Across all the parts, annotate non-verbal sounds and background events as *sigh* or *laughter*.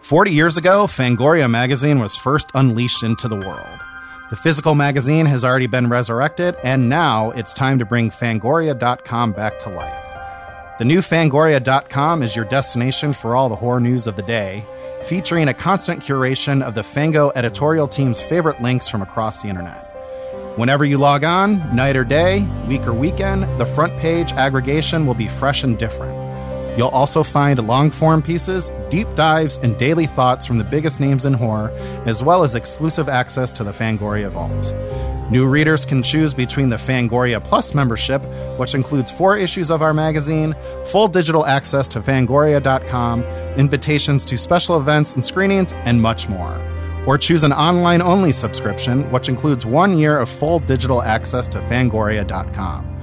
40 years ago, Fangoria magazine was first unleashed into the world. The physical magazine has already been resurrected, and now it's time to bring Fangoria.com back to life. The new Fangoria.com is your destination for all the horror news of the day, featuring a constant curation of the Fango editorial team's favorite links from across the internet. Whenever you log on, night or day, week or weekend, the front page aggregation will be fresh and different. You'll also find long form pieces, deep dives, and daily thoughts from the biggest names in horror, as well as exclusive access to the Fangoria Vault. New readers can choose between the Fangoria Plus membership, which includes four issues of our magazine, full digital access to fangoria.com, invitations to special events and screenings, and much more or choose an online only subscription, which includes one year of full digital access to fangoria.com.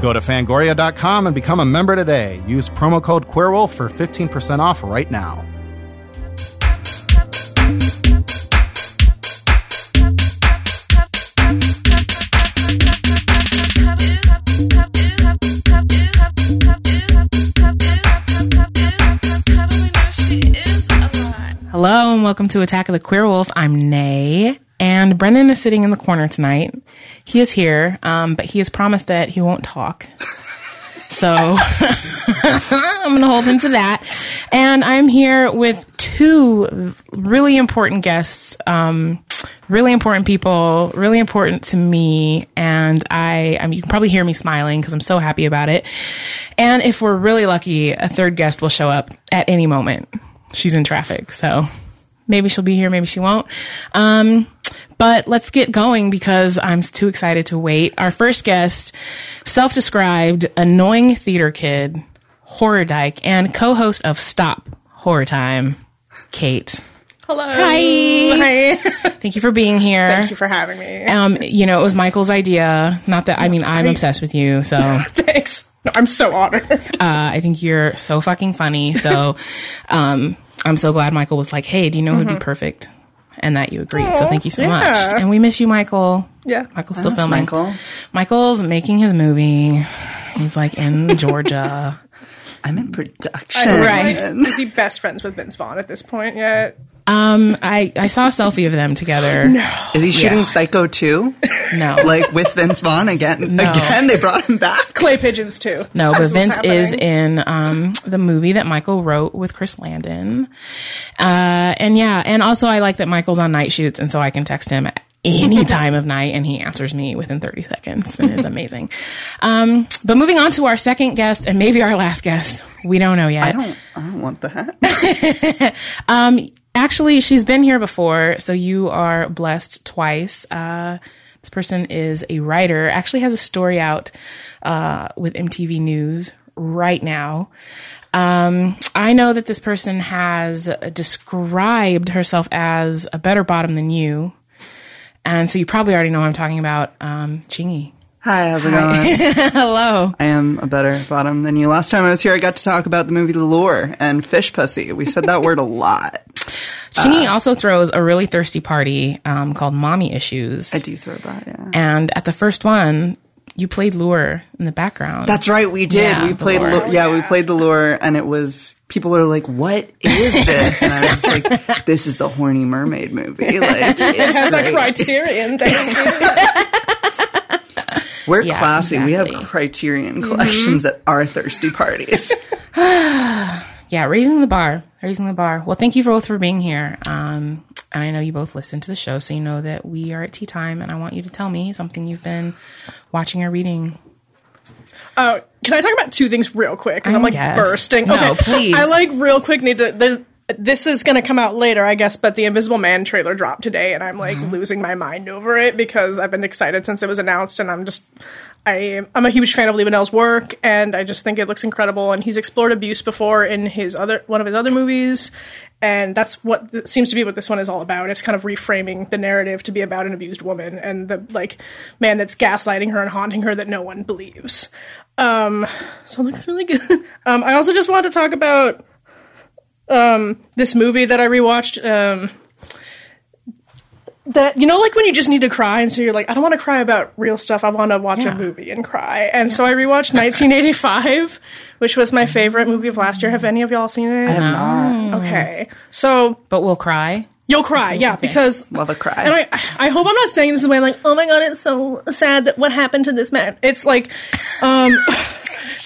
Go to fangoria.com and become a member today. Use promo code QueerWolf for 15% off right now. Hello and welcome to Attack of the Queer Wolf. I'm Nay, and Brendan is sitting in the corner tonight. He is here, um, but he has promised that he won't talk. *laughs* So *laughs* I'm going to hold him to that. And I'm here with two really important guests, um, really important people, really important to me. And I, um, you can probably hear me smiling because I'm so happy about it. And if we're really lucky, a third guest will show up at any moment. She's in traffic, so maybe she'll be here, maybe she won't. Um, but let's get going because I'm too excited to wait. Our first guest, self described annoying theater kid, horror dyke, and co host of Stop Horror Time, Kate. Hello. Hi. Thank you for being here. Thank you for having me. um, you know, it was Michael's idea. Not that I mean I'm obsessed with you, *laughs* so uh, Thanks. No, I'm so honored. I think you're so fucking funny. *laughs* So um, I'm so glad Michael was like, "Hey, do you know who'd be perfect?" And that you agreed. so thank you so much. And we miss you, Michael. Yeah. Michael's still filming. Michael's making his movie. He's like *laughs* in Georgia. I'm in production. Right. Like, is he best friends with Vince Vaughn at this point yet? Um, I, I saw a selfie of them together. No. Is he shooting Psycho 2? No. Like with Vince *laughs* Vaughn again? Again, they brought him back. Clay pigeons too. No, but That's what's Vince is happening. in um, the movie that Michael wrote with Chris Landon. Uh, and yeah, and also I like that Michael's on night shoots, and so I can text him at any time of night, and he answers me within 30 seconds, and it's amazing. Um, but moving on to our second guest, and maybe our last guest, we don't know yet. I don't, I don't want that. Actually, she's been here before, so you are blessed twice. Uh, this person is a writer, actually has a story out uh, with MTV News right now. Um, I know that this person has described herself as a better bottom than you. And so you probably already know what I'm talking about. Um, Chingy. Hi, how's it going? *laughs* Hello. I am a better bottom than you. Last time I was here, I got to talk about the movie Lure and Fish Pussy. We said that word *laughs* a lot. Chingy also throws a really thirsty party um, called Mommy Issues. I do throw that, yeah. And at the first one, you played Lure in the background. That's right, we did. Yeah, we the played, lure. lure. yeah, we played the lure, and it was people are like, "What is this?" And I was *laughs* like, "This is the horny mermaid movie." Like, it As a criterion. damn. We're Yeah, classy. We exactly. have Mm-hmm. criterion collections at our thirsty *laughs* parties. yeah, raising the bar, raising the bar. Well, thank you both for being here. Um, and I know you both listen to the show, so you know that we are at tea time, and I want you to tell me something you've been watching or reading. Oh, can I talk about two things real quick? Because I I'm like guess. bursting. No, please. I like real quick need to. The, this is going to come out later, I guess, but the Invisible Man trailer dropped today, and I'm like Mm-hmm. losing my mind over it because I've been excited since it was announced, and I'm just. I, I'm a huge fan of Lee Manell's work, and I just think it looks incredible. And he's explored abuse before in his other one of his other movies, and that's what th- seems to be what this one is all about. It's kind of reframing the narrative to be about an abused woman and the like man that's gaslighting her and haunting her that no one believes. Um, so it looks really good. *laughs* Um, I also just wanted to talk about um, this movie that I rewatched. Um, that you know, like when you just need to cry, and so you're like, I don't want to cry about real stuff. I want to watch Yeah. a movie and cry. And so I rewatched 1985, which was my favorite movie of last year. Have any of y'all seen it? I have not. Okay. So But we'll cry. you'll cry, yeah, because Love a cry. and I, I hope I'm not saying this in a way like, oh my god, it's so sad that what happened to this man. It's like, um, *laughs*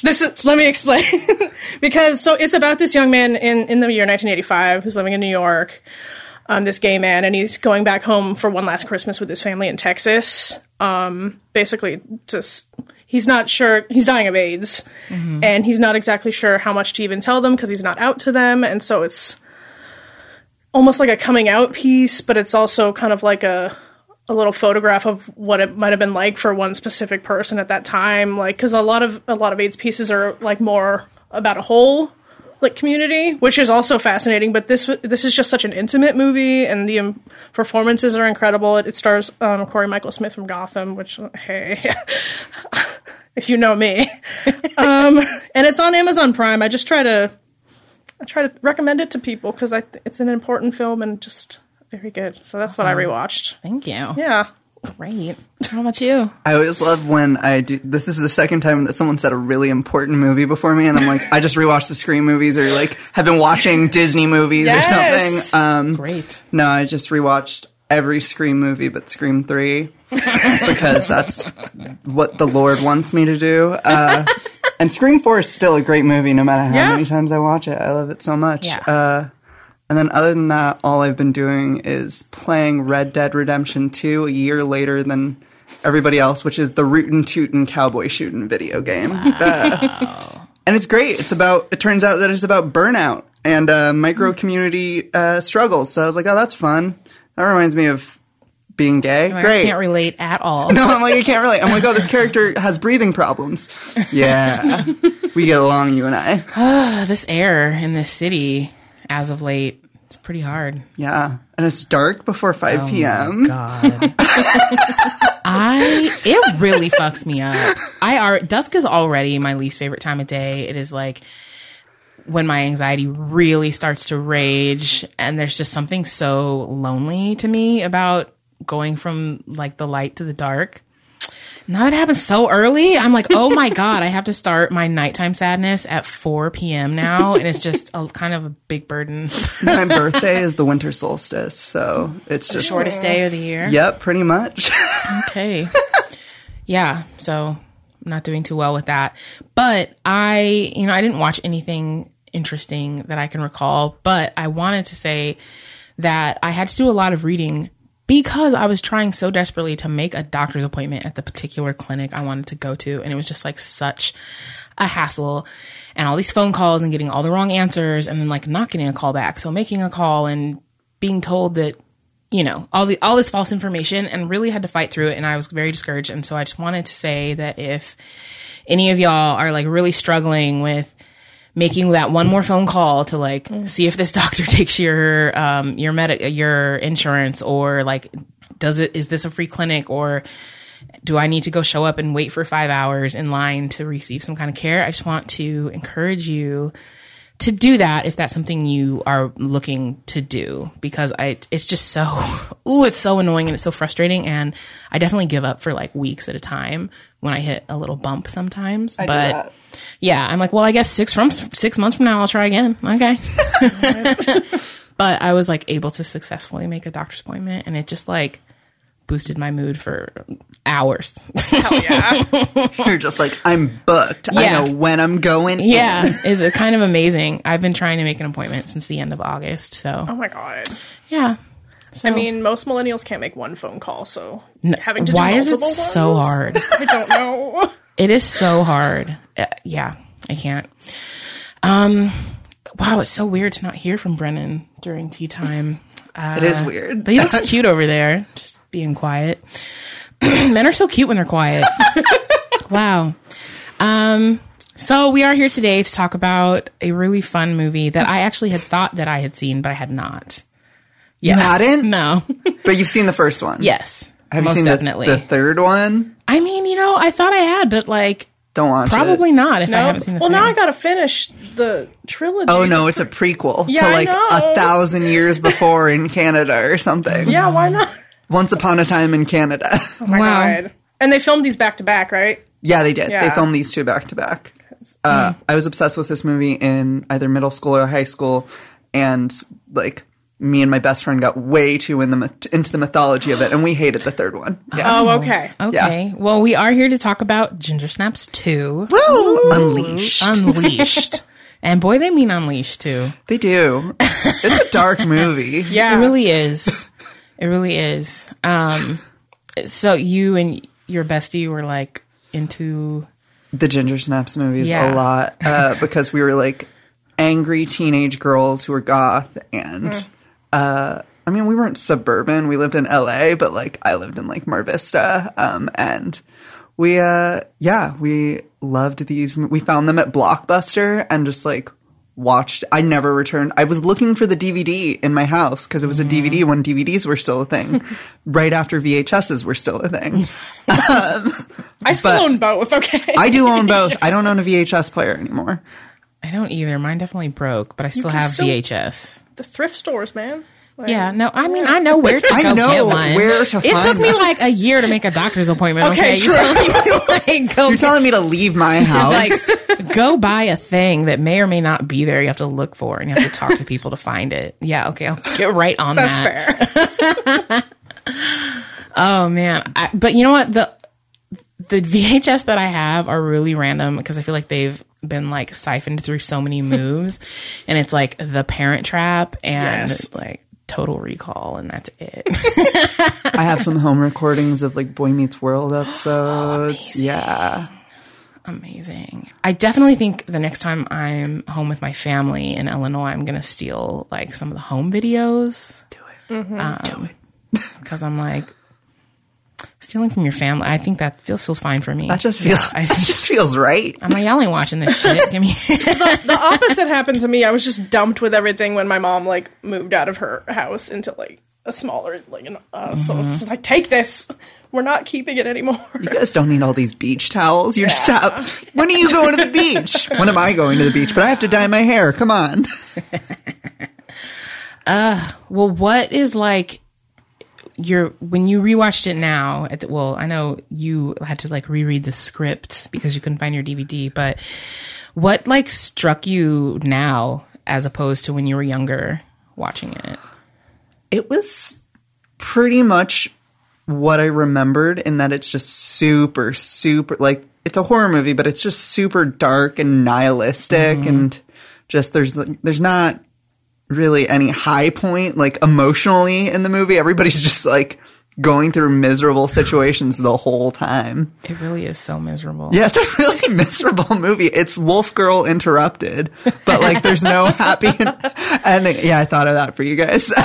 this is, let me explain. *laughs* because, so it's about this young man in, in the year 1985 who's living in New York, um, this gay man, and he's going back home for one last Christmas with his family in Texas. Um, basically, just, he's not sure, he's dying of AIDS, and he's not exactly sure how much to even tell them because he's not out to them, and so it's, almost like a coming out piece, but it's also kind of like a a little photograph of what it might have been like for one specific person at that time. Like, because a lot of a lot of AIDS pieces are like more about a whole like community, which is also fascinating. But this w- this is just such an intimate movie, and the um, performances are incredible. It, it stars um, Corey Michael Smith from Gotham, which hey. *laughs* If you know me, um, and it's on Amazon Prime. I just try to I try to recommend it to people because I th- it's an important film and just very good. So that's Uh-huh. what I rewatched. Thank you. Yeah. Great. How about you? I always love when I do. This is the second time that someone said a really important movie before me, and I'm like, I just rewatched the Scream movies, or like have *laughs* been watching Disney movies Yes. or something. Um, Great. no, I just rewatched every Scream movie but Scream Three because that's what the Lord wants me to do. Uh, and Scream Four is still a great movie, no matter how Yeah. many times I watch it. I love it so much. Yeah. Uh, and then other than that, all I've been doing is playing Red Dead Redemption 2 a year later than everybody else, which is the rootin' tootin' cowboy shooting video game. Uh, and it's great. It's about, it turns out that it's about burnout and uh, micro community uh, struggles. So I was like, oh, that's fun. That reminds me of being gay. Like, great. I can't relate at all. No, *laughs* I'm like, I can't relate. I'm like, oh, this character has breathing problems. Yeah. we get along, you and I. This air in this city as of late, it's pretty hard. Yeah. And it's dark before 5 p.m. Oh God. I it really fucks me up. I are dusk is already my least favorite time of day. It is like when my anxiety really starts to rage and there's just something so lonely to me about going from like the light to the dark. Now that it happens so early, I'm like, oh my God, I have to start my nighttime sadness at 4 p.m. now. And it's just a kind of a big burden. my birthday is the winter solstice, so it's just Shortest day of the year. Yep, pretty much. *laughs* Okay. yeah. So I'm not doing too well with that. But I, you know, I didn't watch anything interesting that I can recall, but I wanted to say that I had to do a lot of reading because I was trying so desperately to make a doctor's appointment at the particular clinic I wanted to go to. And it was just like such a hassle and all these phone calls and getting all the wrong answers and then like not getting a call back. So making a call and being told that you know all the all this false information and really had to fight through it and i was very discouraged and so i just wanted to say that if any of y'all are like really struggling with making that one more phone call to like see if this *laughs* doctor takes your um your medic your insurance or like does it is this a free clinic or do I need to go show up and wait for five hours in line to receive some kind of care? I just want to encourage you to do that if that's something you are looking to do because I it's just so *laughs* ooh it's so annoying and it's so frustrating and I definitely give up for like weeks at a time when I hit a little bump sometimes but that. yeah I'm like well I guess 6 from 6 months from now I'll try again okay *laughs* but I was like able to successfully make a doctor's appointment and it just like boosted my mood for hours *laughs* You're just like, I'm booked. I Yeah. know when I'm going. in." Yeah, it's kind of amazing. I've been trying to make an appointment since the end of August. Oh So my god. yeah, so, I mean, most millennials can't make one phone call, so having to why do is it multiple ones, so *laughs* hard? I don't know. It is so hard. Uh, yeah, I can't. Um, wow, it's so weird to not hear from Brennan during tea time. It is weird. But he looks cute over there, just being quiet. *clears throat* Men are so cute when they're quiet. wow. Um, so we are here today to talk about a really fun movie that I actually had thought that I had seen, but I had not. You hadn't? No. But you've seen the first one. Yes. *laughs* Have most you seen the- definitely. The, third one? I mean, you know, I thought I had, but like Don't watch it. probably not if *laughs* I No. haven't seen this. Well, now I gotta finish the trilogy. Oh, no, it's a prequel Yeah, to I like know. a thousand years before in Canada or something. Yeah, why not? Once upon a time in Canada. *laughs* Oh my Wow. god. And they filmed these back to back, right? yeah, they did. They Yeah. filmed these two back to back. Uh, I was obsessed with this movie in either middle school or high school, and like me and my best friend got way too in the myth- into the mythology of it, and we hated the third one. Yeah, Oh, okay. Okay. Well, we are here to talk about Ginger Snaps 2 Woo! unleashed. Unleashed. *laughs* and boy, they mean unleashed too. they do. It's a dark movie. Yeah. It really is. it really is. Um, so you and your bestie were like into the Ginger Snaps movies Yeah. a lot uh, because we were like angry teenage girls who were goth and uh, I mean we weren't suburban we lived in LA but like I lived in like Mar Vista um, and we uh yeah we loved these we found them at Blockbuster and just like watched I never returned I was looking for the DVD in my house because it was a DVD when DVDs were still a thing right after VHSs were still a thing I still but- own both. *laughs* Okay. I do own both I don't own a VHS player anymore I don't either. Mine definitely broke, but I still can have still- VHS. the thrift stores, man. Like, Yeah, no, I mean I know where to I go know get one. where to it find took me them. like a year to make a doctor's appointment. Okay, *laughs* Okay, You true. tell me, like, go You're telling me to *laughs* leave my house? like go buy a thing that may or may not be there. You have to look for it and you have to talk to people to find it. Yeah, okay, I'll get right on That's that. fair. *laughs* Oh man, I, but you know what the the VHS that I have are really random because I feel like they've been like siphoned through so *laughs* many moves, and it's like The Parent Trap and Yes. like Total Recall, and that's it. I have some home recordings of like Boy Meets World Oh, episodes. yeah. Amazing. I definitely think the next time I'm home with my family in Illinois, I'm gonna steal like some of the home videos. Do it. Because I'm like stealing from your family. I think that feels feels fine for me. That just *laughs* feels I- it just feels right. Mm-hmm. I'm like y'all ain't watching this shit. Give me. the opposite happened to me. I was just dumped with everything when my mom like moved out of her house into like a smaller like an, uh, so Mm-hmm. I was just like take this. We're not keeping it *laughs* anymore. You guys don't need all these beach towels. You're just out. When are you going to the beach? When am I going to the beach? But I have to dye my hair. Come on. well, what is like your when you rewatched it now? At the, well, I know you had to like reread the script because you couldn't find your DVD, but what like struck you now as opposed to when you were younger watching it? It was pretty much what I remembered in that it's just super, super like it's a horror movie, but it's just super dark and nihilistic and just there's there's not really any high point like emotionally in the movie. Everybody's *laughs* just like going through miserable situations the whole time. It really is so miserable. Yeah, it's a really *laughs* miserable movie. It's Wolf Girl interrupted, but like there's no *laughs* happy ending. Yeah, I thought of that for you guys. *laughs*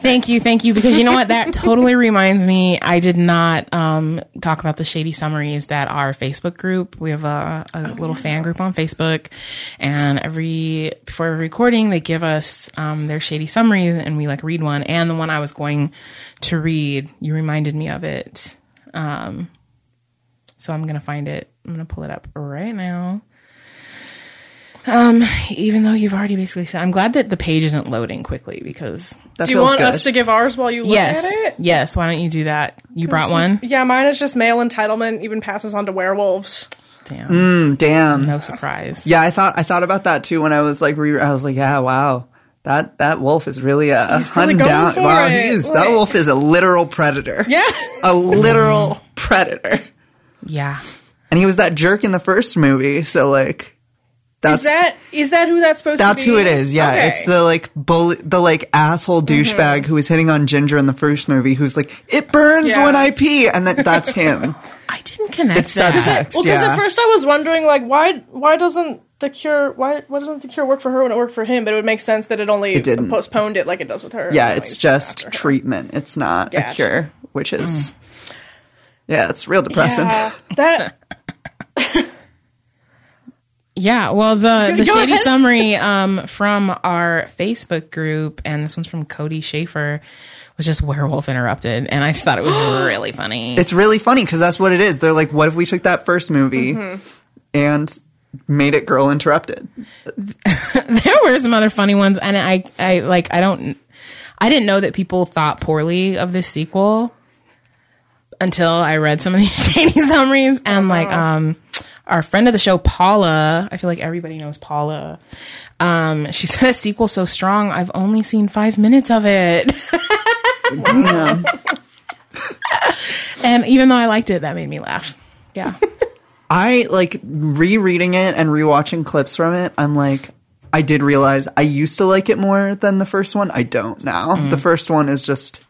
Thank you, thank you. Because you know what? That totally reminds me. I did not um, talk about the shady summaries that our Facebook group. We have a, a little fan group on Facebook, and every before every recording, they give us um, their shady summaries, and we like read one. And the one I was going to read, you reminded me of it. Um, so I'm gonna find it. I'm gonna pull it up right now. Um, even though you've already basically said, I'm glad that the page isn't loading quickly because That Do you feels want good. us to give ours while you look Yes. at it? Yes. Why don't you do that? You brought *laughs* one? Yeah, mine is just male entitlement even passes on to werewolves. Damn. Damn. No surprise. Mm. Yeah, I thought I thought about that too when I was like re- I was like, yeah, wow. That that wolf is really a a really hunting going down. for wow, it, he's like- that wolf is a literal predator. *laughs* Yeah. A literal predator. Yeah. And he was that jerk in the first movie, so like that's Is that is that who that's supposed that's to be? who it is. Yeah, Okay. Mm-hmm. it's the like bully, the like asshole douchebag who was hitting on Ginger in the first movie who's like, "It burns Yeah. when I pee." And then that's him. I didn't connect It's that. subtext. Well, because yeah. at first I was wondering, like, why why doesn't the cure why why doesn't the cure work for her when it worked for him? But it would make sense that it only didn't. postponed it, like it does with her. Yeah, Like, it's just treatment. It's not Gotcha. a cure, which is Yeah, it's real depressing. *laughs* yeah, that Yeah. Well, the, the Go shady ahead. summary um, from our Facebook group, and this one's from Cody Schaefer, was just werewolf interrupted. And I just thought it was really funny. it's really funny because that's what it is. They're like, what if we took that first movie Mm-hmm. and made it girl interrupted? *laughs* there were some other funny ones. And I, I like, I don't, I didn't know that people thought poorly of this *laughs* sequel until I read some of these shady summaries and like, um, our friend of the show, Paula, I feel like everybody knows Paula. Um, she *laughs* said a sequel so strong, I've only seen five minutes of it. *laughs* Yeah. And even though I liked it, that made me laugh. Yeah. *laughs* *laughs* I like rereading it and rewatching clips from it. I'm like, I did realize I used to like it more than the first one. I don't now. The first one is just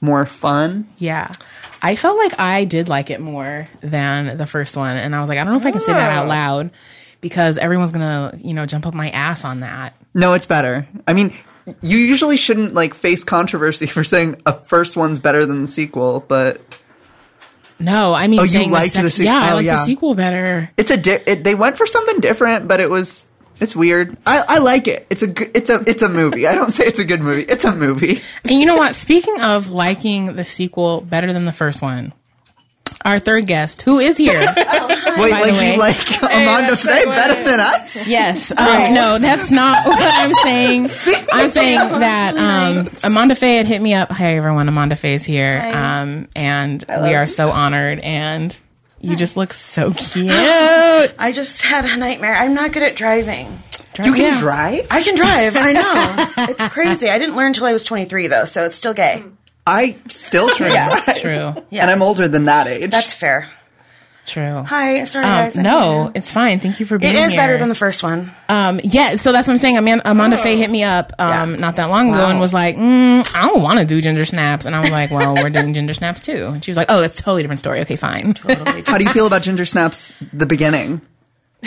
more fun. Yeah. I felt like I did like it more than the first one. And I was like, I don't know if I can say that out loud because everyone's going to, you know, jump up my ass on that. No, it's better. I mean, you usually shouldn't like face controversy *laughs* for saying a first one's better than the sequel, but No, I mean, Oh, you saying liked the se- Yeah, I oh, like the yeah. sequel better. it's a di- it, they went for something different, but it was it's weird. I, I like it. It's a good, it's a it's a movie. I don't say it's a good movie. It's a *laughs* movie. And you know what? Speaking of liking the sequel better than the first one, our third guest, who is here? Wait, By like the way- you *laughs* like Amanda that's Faye so better than us? yes. Um, no, that's not *laughs* what I'm *laughs* saying. I'm saying that um, Amanda Faye had hit me up. Hey, everyone. Amanda Faye's here. Um, and we are so honored. And you just look *laughs* so cute. I just had a nightmare. I'm not good at driving. You can Yeah. drive. I can drive. I know. It's crazy. I didn't learn until I was 23, though, so it's still gay. I still try. *laughs* Yeah. True. And I'm older than that age. That's fair. True. Hi. Sorry, Um, guys. I can't- no, it's fine. Thank you for being It here. is better than the Oh. first one. Um, yeah, so that's what I'm saying. Amanda, Amanda Faye hit me up um, not that long ago and was like, mm, I don't want to do ginger snaps. And I was like, well, we're doing ginger snaps too. And she was like, oh, that's a totally different story. Okay, fine. How *laughs* do you feel about Ginger Snaps? The beginning.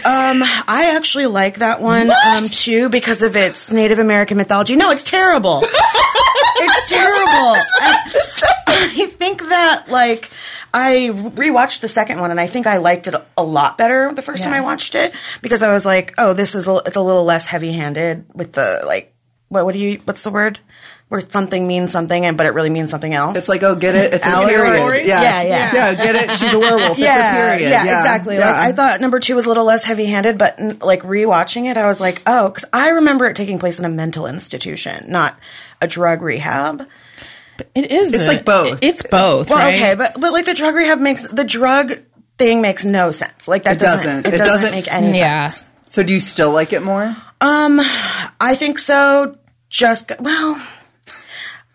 I actually like that one um, too because of its Native American mythology. No, it's terrible. it's terrible. I, I think that like I rewatched the second one and I think I liked it a lot better the first time I watched it because I was like, oh, this is a, it's a little less heavy handed with the like what what do you what's the word where something means something and but it really means something else. It's like, oh, get it? It's a Allegory? period. Yeah. Yeah, yeah. get it? She's a werewolf. it's a yeah, period. yeah, exactly. Like Yeah. I thought number two was a little less heavy-handed, but n- like rewatching it, I was like, oh, because I remember it taking place in a mental institution, not a drug rehab. *laughs* It is. It's a- like both. It's both. Well, right? okay, but but like the drug rehab makes the drug thing makes no sense. Like that It doesn't, doesn't. it, It doesn't, doesn't- make any yeah. sense. So do you still like it more? I think so. Just well,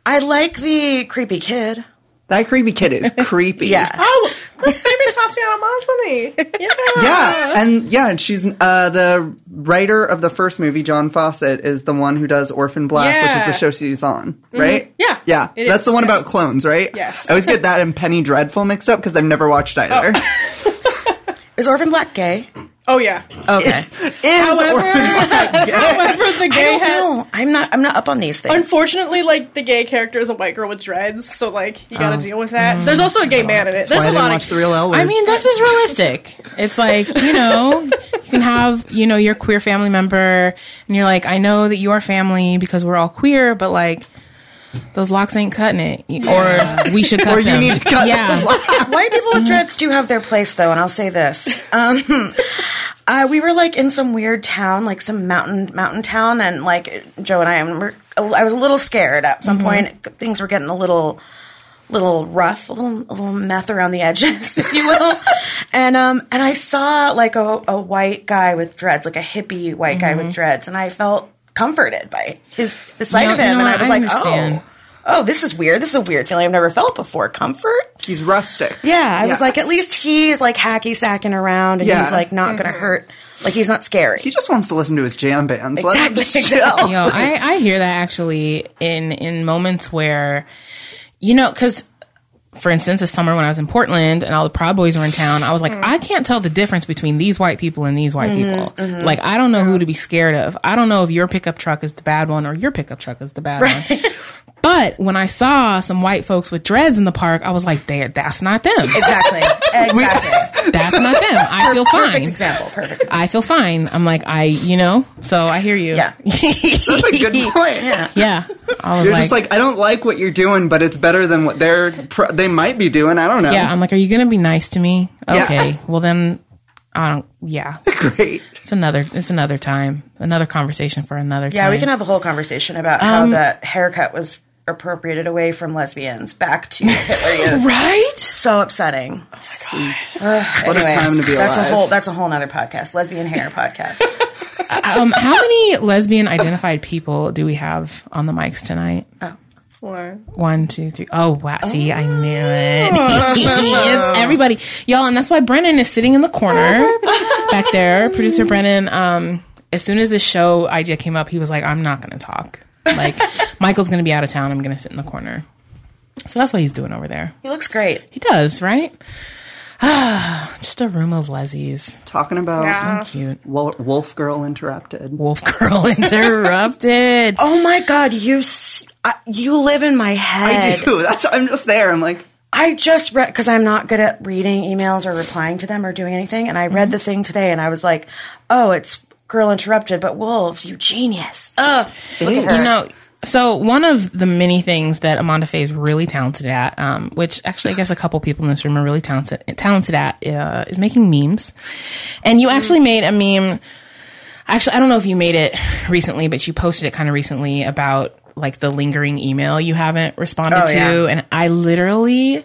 I like the creepy kid. That creepy kid *laughs* is creepy. Yeah. Oh, *laughs* that's maybe Tatiana Maslany. Yeah. Yeah, and yeah, and she's uh, the writer of the first movie. John Fawcett is the one who does Orphan Black, which Yeah. is the show she's on, right? Yeah. yeah, It that's is, the one yeah. about clones, right? Yes. I always get that and Penny Dreadful mixed up because I've never watched either. Is Orphan Black gay? Oh *laughs* yeah. Okay. Is Orphan *laughs* However, the gay has. no, I'm not. I'm not up on these things. Unfortunately, like the gay character is a white girl with dreads, so like you Oh. gotta deal with that. There's also a gay man in it. There's Mm. Why I a didn't lot watch of the real L Word. I mean, this is realistic. It's like, you know, you can have, you know, your queer family member and you're like, I know that you are family because we're all queer, but like, those locks ain't cutting it. Or we should cut or you them. *laughs* need to cut. yeah. White people with dreads do have their place, though, and I'll say this: um, *laughs* uh, we were like in some weird town, like some mountain mountain town, and like Joe and I, and we're, I was a little scared at some Mm-hmm. point. Things were getting a little little rough, a little, a little meth around the edges, *laughs* if you will. and um, and I saw like a, a white guy with dreads, like a hippie white guy with dreads, and I felt comforted by his the sight Mm-hmm. No, of you him, know and I what? was I like, understand. oh. Oh, this is weird. This is a weird feeling I've never felt before. Comfort? He's rustic. Yeah, I was Yeah. like, at least he's like hacky sacking around, and Yeah. he's like not gonna hurt. Like he's not scary. He just wants to listen to his jam bands. Let him Exactly, just chill. exactly. Yo, I, I hear that actually in in moments where, you know, because for instance, this summer when I was in Portland and all the Proud Boys were in town, I was Mm-hmm. like, I can't tell the difference between these white people and these white people. mm-hmm. Like, I don't know who to be scared of. I don't know if your pickup truck is the bad one or your pickup truck is the bad one. *laughs* But when I saw some white folks with dreads in the park, I was like, "There, that's not them. *laughs* exactly, exactly. *laughs* That's not them. *laughs* I feel Perfect fine. example. Perfect. Example. I feel fine. I'm like, I, you know. So I hear you. Yeah. That's a good point. *laughs* yeah. I was You're just like, I don't like what you're doing, but it's better than what they're pr- they might be doing. I don't know. Yeah, I'm like, are you gonna be nice to me? Yeah. Okay, well then, I don't. Yeah, *laughs* great. it's another. It's another time. Another conversation for another. Yeah, time. Um, we can have a whole conversation about how that haircut was appropriated away from lesbians back to Hitler Youth. Right? *laughs* so upsetting. Ugh, What a anyways, time to be That's a alive. whole. That's a whole nother podcast. *laughs* Lesbian hair podcast. Um, how many lesbian identified people do we have on the mics tonight? Why? One, two, three. Oh wow! See, I knew it. *laughs* it's everybody, y'all, and that's why Brennan is sitting in the corner back there. Producer Brennan. Um, as soon as this show idea came up, he was like, "I'm not going to talk. Like, Michael's going to be out of town. I'm going to sit in the corner." So that's what he's doing over there. He looks great. He does, right? *sighs* Ah, just a room of lesies. Talking about Yeah. Cute. Wo- Wolf Girl Interrupted. Wolf *laughs* girl interrupted. Oh my god, you s- I, you live in my head. I do. That's I'm just there. I'm like, I just read because I'm not good at reading emails or replying to them or doing anything. And I read Mm-hmm. the thing today, and I was like, "Oh, it's Girl Interrupted," but wolves, you genius. Ugh, look at her. You know, so one of the many things that Amanda Faye is really talented at, um, which actually I guess a couple people in this room are really talented talented at, uh, is making memes. And you actually made a meme. Actually, I don't know if you made it recently, but you posted it kind of recently about like the lingering email you haven't responded Oh, to, yeah. and I literally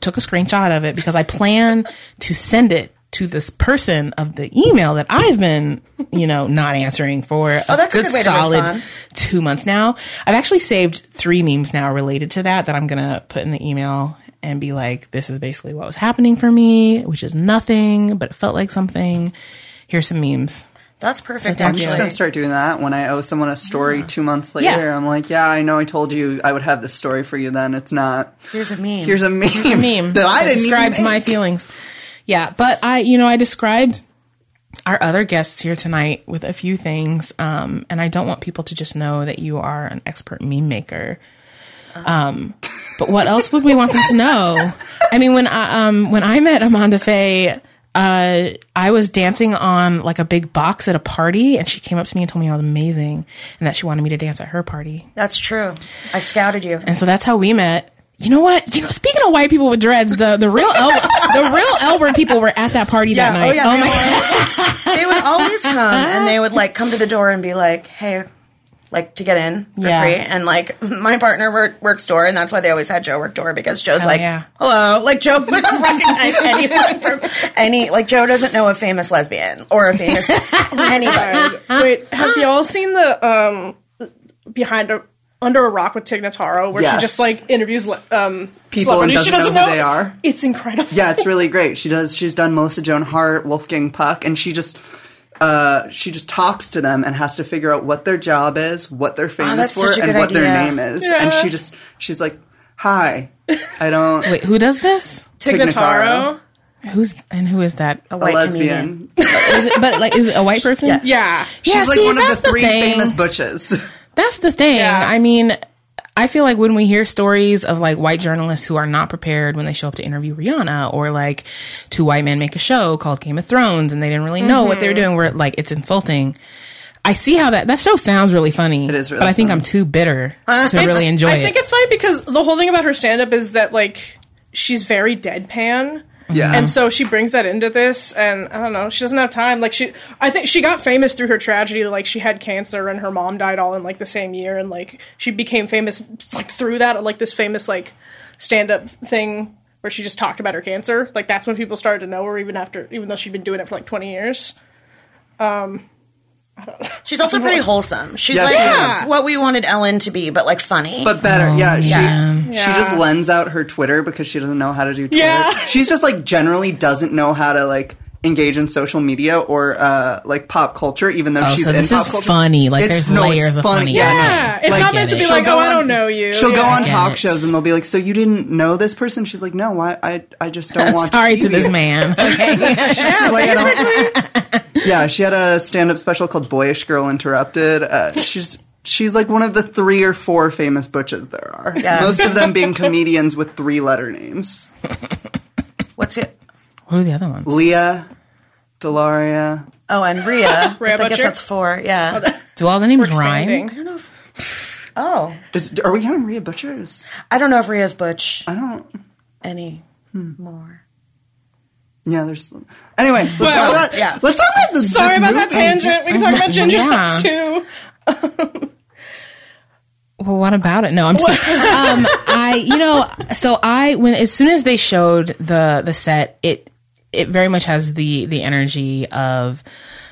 took a screenshot of it because I plan to send it to this person of the email that I've been, you know, not answering for a Oh, that's a good, good way to solid respond. two months now. I've actually saved three memes now related to that that I'm gonna put in the email and be like, this is basically what was happening for me, which is nothing, but it felt like something. Here's some memes. that's perfect. I'm I'm just Actually, gonna start doing that when I owe someone a story two months later. I'm like, yeah, I know I told you I would have this story for you. Then it's not. here's a meme. Here's a meme, meme *laughs* that that I didn't describes even *laughs* my make. feelings. Yeah, but I, you know, I described our other guests here tonight with a few things, um, and I don't want people to just know that you are an expert meme maker. Um, but what else would we want them to know? I mean, when I, um, when I met Amanda Faye. Uh, I was dancing on like a big box at a party, and she came up to me and told me I was amazing, and that she wanted me to dance at her party. that's true. I scouted you. And so that's how we met. You know what? You know, speaking of white people with dreads, the the real El- the real L word people were at that party that Yeah, night. oh yeah, Oh my they, would, *laughs* they would always come and they would like come to the door and be like, "Hey." Like to get in for Yeah. free, and like *laughs* my partner wor- works door, and that's why they always had Joe work door because Joe's like, Oh, yeah. "Hello," like Joe *laughs* wouldn't recognize anyone from any. Like Joe doesn't know a famous lesbian or *laughs* a famous anybody. Uh-huh. Wait, have y'all seen the um behind a under a rock with Tig Notaro where Yes. she just like interviews le- um People and celebrities she doesn't doesn't know know who they are. It's incredible. Yeah, it's really great. She does. She's done Melissa Joan Hart, Wolfgang Puck, and she just. Uh, she just talks to them and has to figure out what their job is, what they're famous that's for, such a and good what their idea. name is. And she just she's like, "Hi, I don't Wait, who does this? Tig Tig Notaro. Notaro. Who's and who is that? A a white comedian. lesbian." Is it, but like, is it a white person? Yeah. Yeah. Yeah, She's like see, one of that's the three thing. famous butches. *laughs* That's the thing. Yeah. I mean, I feel like when we hear stories of like white journalists who are not prepared when they show up to interview Rihanna or like two white men make a show called Game of Thrones and they didn't really know what they were Mm-hmm. doing, where like it's insulting. I see how that that show sounds really funny. It is really but I think funny. I'm too bitter to Uh, It's- really enjoy I it. think it's funny because the whole thing about her stand up is that like she's very deadpan. Yeah. And so she brings that into this and I don't know, she doesn't have time. Like she I think she got famous through her tragedy, like she had cancer and her mom died all in like the same year and like she became famous like through that like this famous like stand up thing where she just talked about her cancer. Like that's when people started to know her even after even though she'd been doing it for like twenty years. She's also pretty wholesome. She's Yeah, like she "That's what we wanted Ellen to be, but like funny. but better. yeah, Oh, she she Yeah. just lends out her Twitter because she doesn't know how to do Twitter. Yeah. She's just like generally doesn't know how to like engage in social media or uh like pop culture even though Oh, she's so in this is pop culture. funny. Like, It's- there's no, it's layers of fun- funny. yeah, no. Yeah. It's Like, not get meant to it. be She'll like, go Oh, I on- don't know you. She'll go Yeah. on Yes. talk shows and they'll be like, "So you didn't know this person?" She's like, "No, I I, I just *laughs* don't want." Sorry see to this *laughs* you." man. Okay. She's just like, "I don't-" *laughs* yeah, she had a stand-up special called "Boyish Girl Interrupted." Uh, she's she's like one of the three or four famous butches there are. Yeah. Most of them being comedians with three letter names: What's it? what are the other ones? Leah, Delaria. Oh, *laughs* and Rhea. Rhea I guess Butcher? that's four. Oh, Yeah. Do all the names rhyme? Expanding. I don't know. If, oh, Is, are we counting Rhea Butchers? I don't know if Rhea's butch Uh, I don't. any more. Yeah, there's. Anyway, let's Well, talk about yeah. Let's talk about this. Sorry this about that movie. tangent. We can talk about ginger Yeah. snaps too. Well, what about it? No, I'm just *laughs* kidding. um, I, you know, so I when as soon as they showed the the set, it it very much has the the energy of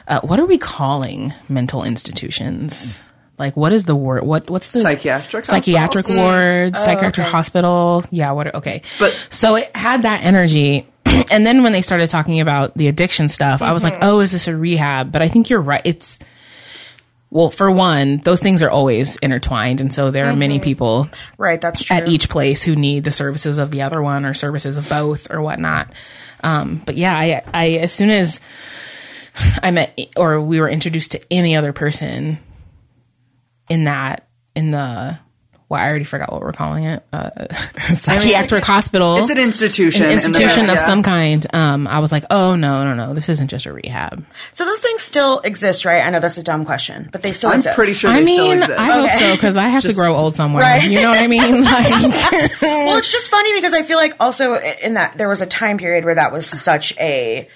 uh, what are we calling mental institutions? Like, what is the word? What what's the Psychiatric psychiatric hospitals? ward, psychiatric hospital? Yeah, what? are- Okay, But- so it had that energy. *clears throat* And then when they started talking about the addiction stuff, I was like, "Oh, is this a rehab?" But I think you're right. It's well, for one, those things are always intertwined, and so there are many people Right, that's true. at each place who need the services of the other one or services of both or whatnot. Um, but yeah, I, I as soon as I met or we were introduced to any other person in that in the well, I already forgot what we're calling it uh, *laughs* psychiatric hospital. It's an institution. An and institution then- of yeah. some kind. Um, I was like, oh no, no, no, this isn't just a rehab. so those things still exist, right? I know that's a dumb question, but they still I'm exist. pretty sure I they still mean, exist. I hope so because I have to grow old somewhere. Right. You know what I *laughs* mean? Like, Well, it's just funny because I feel like also i- in that there was a time period where that was such a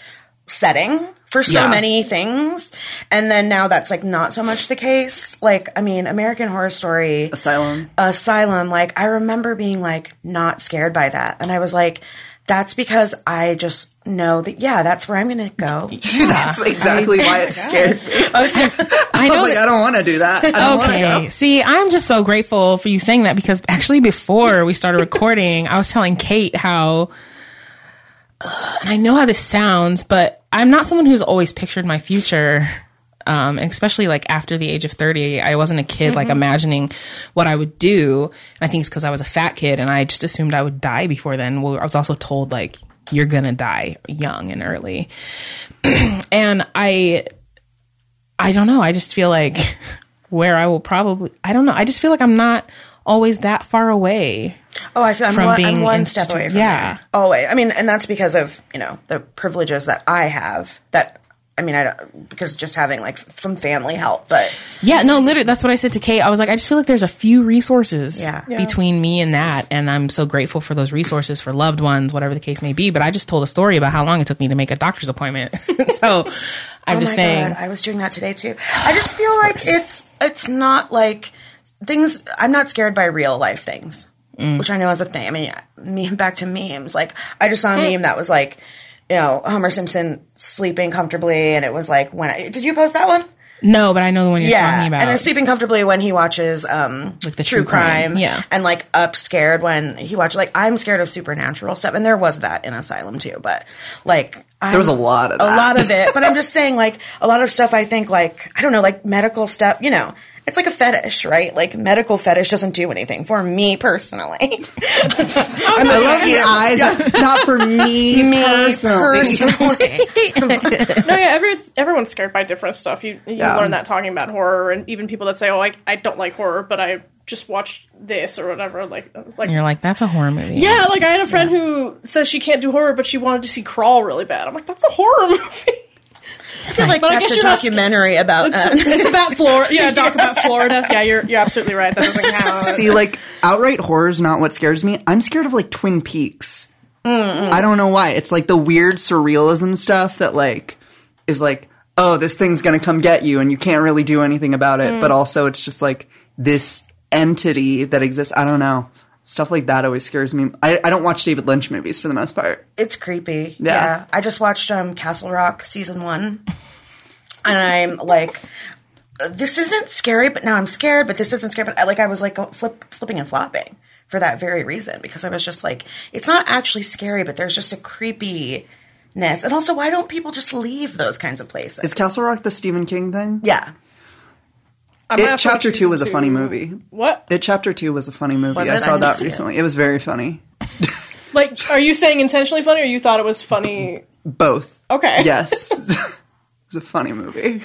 setting for so Yeah. many things, and then now that's like not so much the case. Like, I mean, American Horror Story, Asylum. *laughs* Asylum. Like, I remember being like not scared by that, and I was like, that's because I just know that yeah, that's where I'm gonna go. That's exactly why it *laughs* scared me. I was like, I, know that- don't want to *laughs* do that. I don't want to Okay. go. See, I'm just so grateful for you saying that because actually before we started recording, I was telling Kate how Ugh, and I know how this sounds, but I'm not someone who's always pictured my future. Um, and especially like after the age of 30, I wasn't a kid like imagining what I would do. And I think it's because I was a fat kid and I just assumed I would die before then. Well, I was also told like, you're gonna die young and early. *clears throat* and I I don't know. I just feel like *laughs* where I will probably I don't know. I just feel like I'm not always that far away. Oh, I feel I'm From one, being I'm one institu- step away from yeah. there. Always. I mean, and that's because of you know the privileges that I have. That I mean, I don't because just having like some family help, but Yeah, no, literally that's what I said to Kate. I was like, I just feel like there's a few resources Yeah. Yeah. between me and that. And I'm so grateful for those resources for loved ones, whatever the case may be. But I just told a story about how long it took me to make a doctor's appointment. *laughs* so I'm just saying Oh God, I was doing that today too. I just feel like it's it's not like things. I'm not scared by real life things, Mm. which I know is a thing. I mean, yeah, me back to memes. Like I just Hmm. saw a meme that was like, you know, Homer Simpson sleeping comfortably, and it was like when I, did you post that one? No, but I know the one you're talking about. and is sleeping comfortably when he watches um Like the true, crime. Yeah. and like up scared when he watches like I'm scared of supernatural stuff, and there was that in Asylum too, but like. There was a lot of a that. lot of it, *laughs* but I'm just saying, like a lot of stuff. I think, like I don't know, like medical stuff. You know, it's like a fetish, right? Like medical fetish doesn't do anything for me personally. *laughs* I love the eyes. Not for me, me personally. personally. No, yeah, every, everyone's scared by different stuff. You you Yeah. learn that talking about horror, and even people that say, "Oh, I, I don't like horror, but I just watched this or whatever." Like, I was like, you're like, that's a horror movie. yeah, like I had a friend who says she can't do horror, but she wanted to see Crawl really bad. I'm like, that's a horror *laughs* movie. I feel like But I that's guess a you're not- documentary about. *laughs* Uh, *laughs* it's about Florida. Yeah, talk about Florida. Yeah, you're you're absolutely right. That doesn't count. *laughs* See, like outright horror is not what scares me. I'm scared of like Twin Peaks. I don't know why. It's like the weird surrealism stuff that like is like, oh, this thing's gonna come get you, and you can't really do anything about it. But also, it's just like this entity that exists. I don't know. Stuff like that always scares me. I, I don't watch David Lynch movies for the most part. it's creepy. Yeah. Yeah. I just watched um Castle Rock season one, and I'm like. This isn't scary, but now I'm scared. But this isn't scary. But I, like I was like go- flip, flipping and flopping for that very reason because I was just like, it's not actually scary, but there's just a creepiness. And also, why don't people just leave those kinds of places? Is Castle Rock the Stephen King thing? yeah, I might have It to watch Chapter Two season was a funny movie. What? It Chapter Two was a funny movie. Was I it? I saw didn't that see it. recently. It was very funny. Like, are you saying intentionally funny, or you thought it was funny? Both. Okay. Yes. *laughs* it's a funny movie.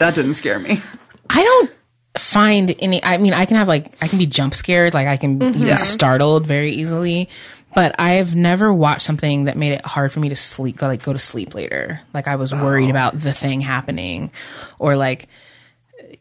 That didn't scare me. I don't find any. I mean, I can have like I can be jump scared, like I can Mm-hmm. be startled very easily. But I have never watched something that made it hard for me to sleep, go, like go to sleep later. Like I was worried Oh. about the thing happening, or like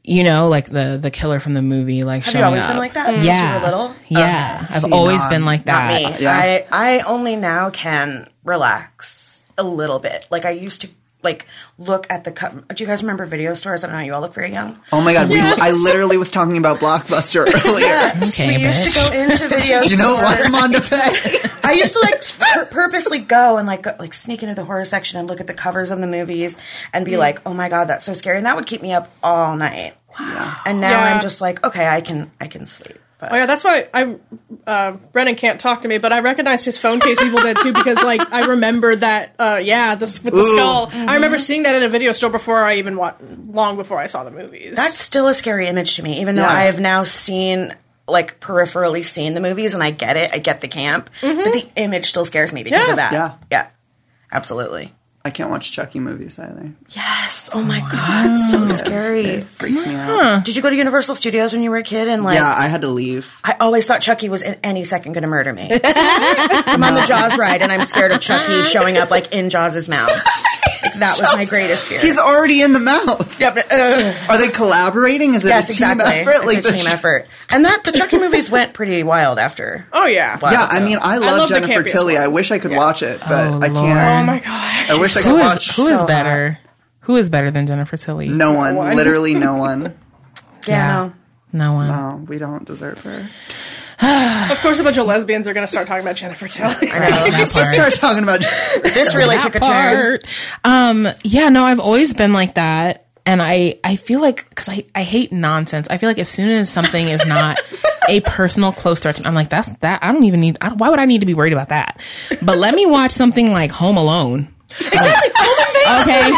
you know, like the the killer from the movie. Like, have you always been like that? since you Yeah, were little. yeah. I've See, always not- been like Not that. me. I I only now can relax a little bit. Like I used to like look at the. Co- Do you guys remember video stores? I don't know. You all look very young. Oh my god, we, I literally was talking about Blockbuster *laughs* earlier. we Okay, used to bitch. *laughs* go into video. you know what, stores. Armando Pay? I used to like pur- purposely go and like go, like sneak into the horror section and look at the covers of the movies and Mm. be like, "Oh my god, that's so scary," and that would keep me up all night. And now Yeah. I'm just like, okay, I can I can sleep. But Oh yeah, that's why I uh, Brennan can't talk to me, but I recognized his phone case Evil Dead too because like I remember that uh, yeah this with the skull. Mm-hmm. I remember seeing that in a video store before I even wa- long before I saw the movies. that's still a scary image to me, even though Yeah. I have now seen like peripherally seen the movies and I get it, I get the camp, but the image still scares me because Yeah. of that. Mm-hmm. Yeah. yeah, absolutely. I can't watch Chucky movies either. Yes. Oh my god, it's so scary. Freaks me out. *laughs* Did you go to Universal Studios when you were a kid and like? Yeah, I had to leave. I always thought Chucky was in any second going to murder *laughs* me. I'm on the Jaws ride and I'm scared of Chucky showing up like in *laughs* Jaws' mouth. Like, that was my greatest fear. Oh He's already in the mouth. yeah, but, ugh. Are they collaborating? Is it yes, a team exactly. effort? Like it's a the team sh- effort. And that *laughs* the Chucky movies went pretty wild after. oh yeah, Wow. Yeah, So- I mean, I love, love the Jennifer campiest Tilly. I ones. wish I could Yeah. watch it, but Oh, I Lord. oh can't. my gosh, I wish I could Who watch is, who is so better? Who is better than Jennifer Tilly? no one, one. literally no one. *laughs* Yeah, no. no one. Oh, we don't deserve her. of course a bunch of lesbians are going to start talking about Jennifer *laughs* Tilly. I know. *laughs* That part. Start talking about. *laughs* This really that took a turn. part. Um, yeah, no, I've always been like that. And I, I feel like, cause I, I hate nonsense. I feel like as soon as something is not a personal close threat, to me, I'm like, that's that. I don't even need, I don't, why would I need to be worried about that? But let me watch something like Home Alone. okay.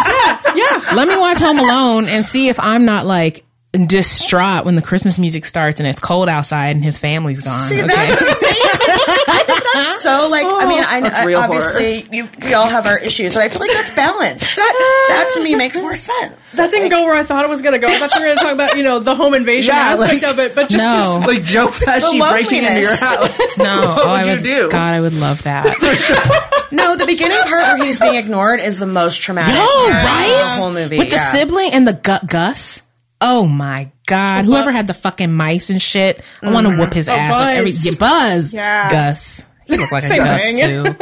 yeah, Let me watch Home Alone and see if I'm not like distraught when the Christmas music starts and it's cold outside and his family's gone. See, okay. that's I think *laughs* that's so like. I mean, I, That's I- real obviously you, we all have our issues, but I feel like that's balanced. That, that to me makes more *laughs* sense. that didn't go where I thought it was going to go. I thought you were going to talk about you know the home invasion Yeah, aspect like- of it, but just No. this- Like Joe Pesci loveliness. breaking into your house. *laughs* no, What oh, I would you do? God, I would love that. No, the beginning part where he's being ignored is the most traumatic. Oh, part of right? The whole movie With yeah. the sibling and the gu- Gus. Oh my God. Whoever had the fucking mice and shit. I want to whoop his ass. Like every, Buzz. yeah, Buzz. Yeah. Gus. He looked like a Same Gus thing. too.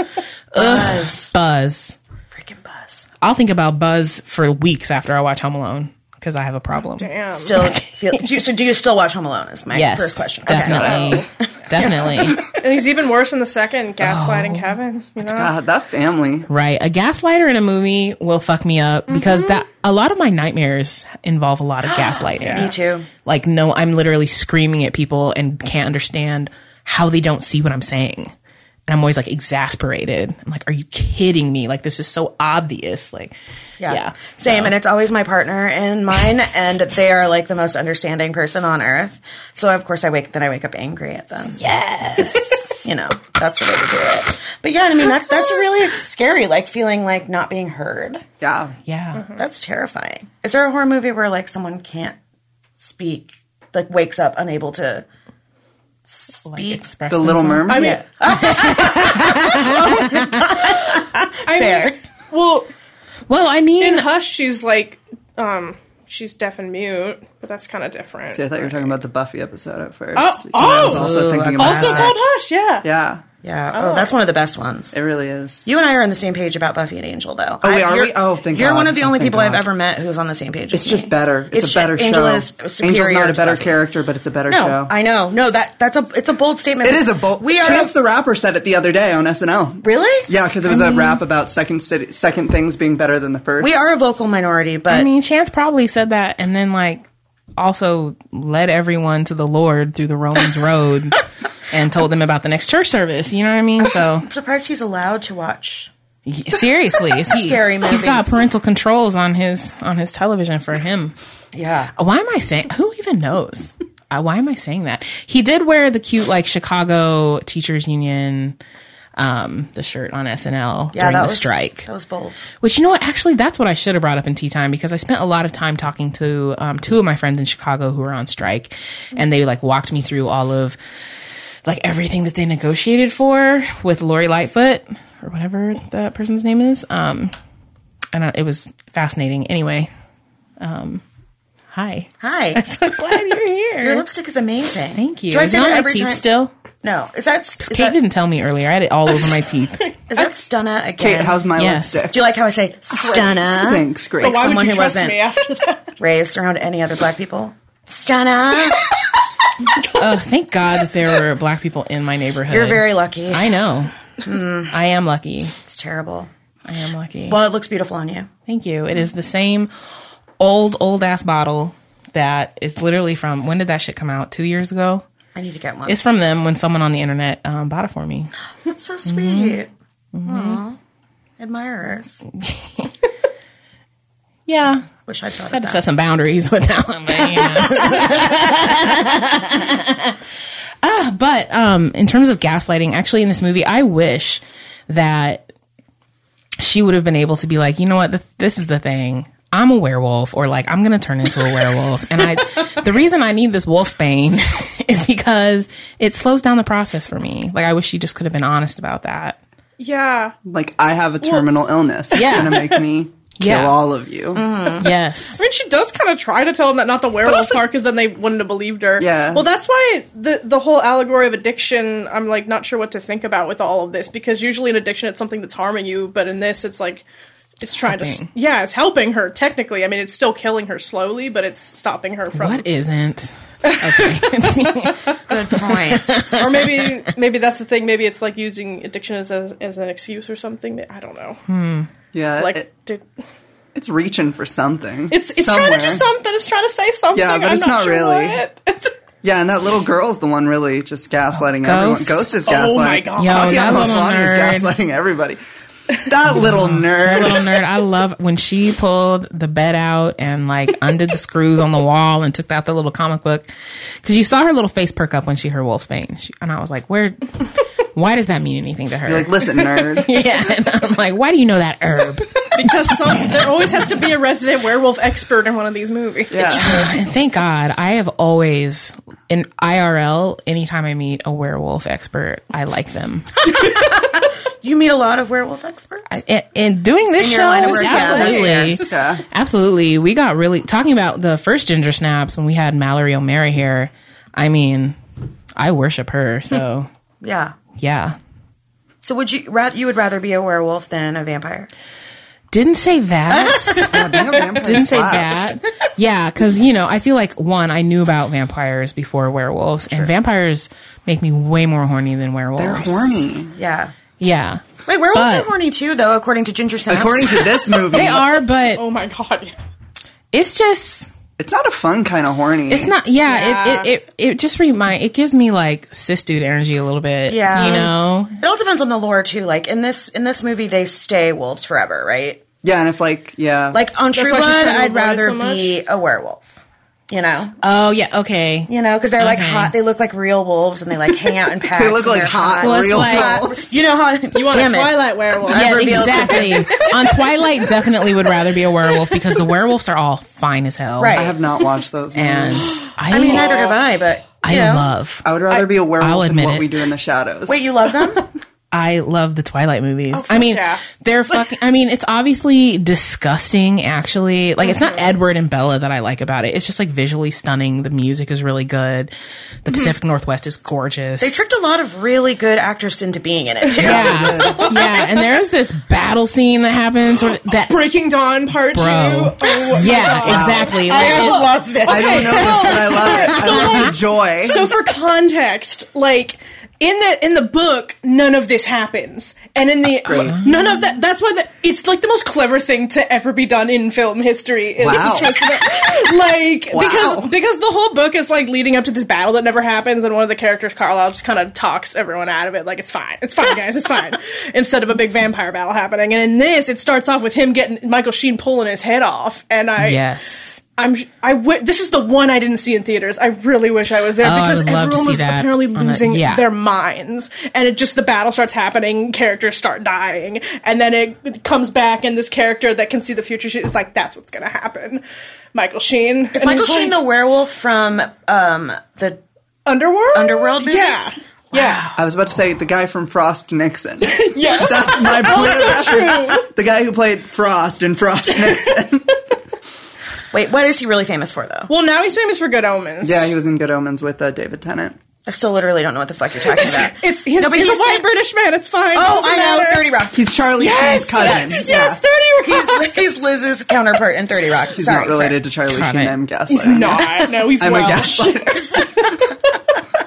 Buzz. Buzz. freaking bus. I'll think about Buzz for weeks after I watch Home Alone because I have a problem. damn. Still feel. Do you, so do you still watch Home Alone? Is my Yes. first question. Definitely. Definitely. and he's even worse in the second, gaslighting Oh. Kevin. You know, God, that family. Right. A gaslighter in a movie will fuck me up because Mm-hmm. that a lot of my nightmares involve a lot *gasps* of gaslighting. Me too. Like, no, I'm literally screaming at people and can't understand how they don't see what I'm saying. And I'm always like exasperated. I'm like, are you kidding me? Like, this is so obvious. Like, Yeah. yeah. Same. And it's always my partner and mine, and they are like the most understanding person on earth. So of course I wake then I wake up angry at them. Yes. you know, that's the way to do it. But yeah, I mean that's that's really scary, like feeling like not being heard. Yeah, Yeah. That's terrifying. Is there a horror movie where like someone can't speak, like wakes up unable to Like, Speak express the Little themselves. Mermaid. I mean, I mean, well, Well, I mean, in Hush, she's like, um, she's deaf and mute, but that's kind of different. See, I thought you were talking about the Buffy episode at first. Oh, 'cause I was oh! also Ooh, thinking I about also that. called Hush, yeah. Yeah, Yeah. Oh, that's one of the best ones. it really is. You and I are on the same page about Buffy and Angel, though. Oh, wait, I- are you're- we? Oh, thank You're God. one of the Oh, only thank people I've God. ever met who's on the same page. It's as just me. better. It's, a better Angel show. Is superior Angel's not to a better Buffy. character, but it's a better No, show. I know. No, that that's a it's a bold statement. it is a bold. We are Chance the Rapper said it the other day on SNL. really. Yeah, because it was a rap about second city, second things being better than the first. we are a vocal minority, but I mean, Chance probably said that and then, like, also led everyone to the Lord through the Romans *laughs* road and told them about the next church service. You know what I mean? So, I'm surprised he's allowed to watch. seriously, is he, *laughs* Scary he's got movies. parental controls on his on his television for him. Yeah, Why am I saying? Who even knows? Uh, why am I saying that? He did wear the cute like Chicago Teachers Union, um, the shirt on SNL yeah, during that the was strike. That was bold. Which you know what? Actually, that's what I should have brought up in tea time because I spent a lot of time talking to um, two of my friends in Chicago who were on strike, and they like walked me through all of like everything that they negotiated for with Lori Lightfoot or whatever that person's name is. Um, and I, it was fascinating. Anyway, um, hi. Hi, *laughs* Glad you're here. your lipstick is amazing. Thank you. Do I Is say it on that my every teeth time? still? No, is that is Kate that, didn't tell me earlier. I had it all over my *laughs* teeth. is that stunna again? Kate, how's my Yes. left Do dick? you like how I say stunna? Thanks, great. Like Why someone would you who trust wasn't me after that? raised around any other black people. Stunna, Oh, thank God that there were black people in my neighborhood. *laughs* you're very lucky. I know. I am lucky. It's terrible. I am lucky. Well, it looks beautiful on you. Thank you. It is the same old, old ass bottle that is literally from when did that shit come out? Two years ago? I need to get one. It's from them when someone on the internet um, bought it for me. That's so sweet. Mm-hmm. Aw. Admirers. Yeah. Wish I'd thought I had of to set that. some boundaries with that one. But, you know. *laughs* Ah, but um, in terms of gaslighting, actually, in this movie, I wish that she would have been able to be like, you know what, th- this is the thing. I'm a werewolf, or like I'm gonna turn into a werewolf, *laughs* and I. the reason I need this wolf's bane *laughs* is because it slows down the process for me. Like I wish she just could have been honest about that. Yeah. Like I have a terminal illness. It's Yeah. gonna make me kill *laughs* Yeah. Mm-hmm. all of you. Yes, I mean, she does kind of try to tell him that not the werewolf part, because then they wouldn't have believed her. Yeah. Well, that's why the the whole allegory of addiction. I'm like not sure what to think about with all of this because usually in addiction it's something that's harming you, but in this it's like it's trying to. Helping. s- Yeah, it's helping her technically. I mean, it's still killing her slowly, but it's stopping her from. what *laughs* isn't? Okay. *laughs* Good point. *laughs* Or maybe maybe that's the thing. Maybe it's like using addiction as a, as an excuse or something. I don't know. Yeah, Like. Hmm. it- did- it's reaching for something. it's, it's trying to do something. It's trying to say something. Yeah, but I'm it's not sure really. what. *laughs* Yeah, and that little girl's the one really just gaslighting Ghost? everyone. Ghost is gaslighting. Oh my God. Yo, Tatiana that little Maslany is nerd. gaslighting everybody. That *laughs* little nerd. little nerd. I love when she pulled the bed out and like undid the screws on the wall and took out the little comic book because you saw her little face perk up when she heard Wolf's Bane, she, and I was like, "Where? Why does that mean anything to her?" Like, listen, nerd. *laughs* yeah, and I'm like, "Why do you know that herb?" because some, there always has to be a resident werewolf expert in one of these movies. Yeah. and thank God, I have always in IRL. Anytime I meet a werewolf expert, I like them. You meet a lot of werewolf experts. And, and doing this In your show, line of work, yeah, that's absolutely. fair. yeah. Absolutely. We got really talking about the first Ginger Snaps when we had Mallory O'Mara here. I mean, I worship *laughs* her. So, yeah. yeah. So would you rather you would rather be a werewolf than a vampire? Didn't say *laughs* that. Yeah, being a vampire Didn't say slaps. that. Yeah, because, you know, I feel like one, I knew about vampires before werewolves, and vampires make me way more horny than werewolves. They're horny. Yeah. Yeah. Wait, werewolves But- are horny too, though, according to Ginger Snaps. According to this *laughs* movie, They are, but *laughs* Oh my god. it's just. it's not a fun kind of horny. It's not, yeah, It, it, it, it just remind, it gives me like cis dude energy a little bit. Yeah. You know? it all depends on the lore too. Like in this in this movie, they stay wolves forever, right? Yeah, and if like, yeah, Like on True why she's Blood, trying to I'd avoid it rather so much. be a werewolf. You know, Oh, yeah. Okay. you know, because they're like Okay. hot. They loot like real wolves, and they like hang out in packs. they look and like they're hot, Well, it's *laughs* real like- girls. You know how you want *laughs* damn a it. Twilight werewolf. Yeah, revealed exactly. On Twilight, definitely would rather be a werewolf because the werewolves are all fine as hell. Right. I have not watched those. Movies. *laughs* And I, I mean, neither have I, but I you know. love, I would rather be a I'll werewolf than admit what it. we do in the shadows. Wait, you love them? I love the Twilight Oh, movies. I mean, yeah. they're fucking. I mean, it's obviously disgusting. Actually, like it's not Mm-hmm. Edward and Bella that I like about it. It's just like visually stunning. The music is really good. The Pacific Northwest is gorgeous. Mm-hmm. They tricked a lot of really good actors into being in *laughs* it too. yeah, yeah, and there's this battle scene that happens or that. Breaking Dawn Part Bro. Two. Oh, Yeah, exactly. Like, I it- love this. I don't know this, but I *laughs* love it. I love the joy. So for context, like in the in the book, none of this happens, and in the none of that. That's why the, it's like the most clever thing to ever be done in film history. Is *laughs* Wow. the Testament. like because because the whole book is like leading up to this battle that never happens, and one of the characters, Carlisle, just kind of talks everyone out of it. Like it's fine, it's fine, guys, it's fine. Instead of a big vampire battle happening, and in this, it starts off with him getting Michael Sheen pulling his head off, and I yes. I'm I w- this is the one I didn't see in theaters. I really wish I was there Oh, I because would love to everyone see was that apparently on a- losing yeah. their minds, and it just the battle starts happening, characters start dying, and then it, it comes back, and this character that can see the future she is like, "That's what's gonna happen." Michael Sheen Is Michael Sheen a werewolf from um, the? Underworld Underworld movies? Yeah, yeah, *laughs* I was about to say the guy from Frost Nixon. yes. Oh, That's my So point. true. The guy who played Frost in Frost Nixon. Wait, what is he really famous for though? Well, now he's famous for Good Omens. yeah, he was in Good Omens with uh, David Tennant. I still literally don't know what the fuck you're talking about. It's he's, No, but he's he's a white been- British man. It's fine. oh, Doesn't I know, matter. Thirty Rock. He's Charlie Sheen's cousin. Yes, Yeah. yes, Thirty Rock. He's, he's Liz's counterpart in Thirty Rock. He's sorry, not related to Charlie Got Sheen. it. I'm gaslighting. He's not. *laughs* No, he's I'm a Welsh. gaslighter.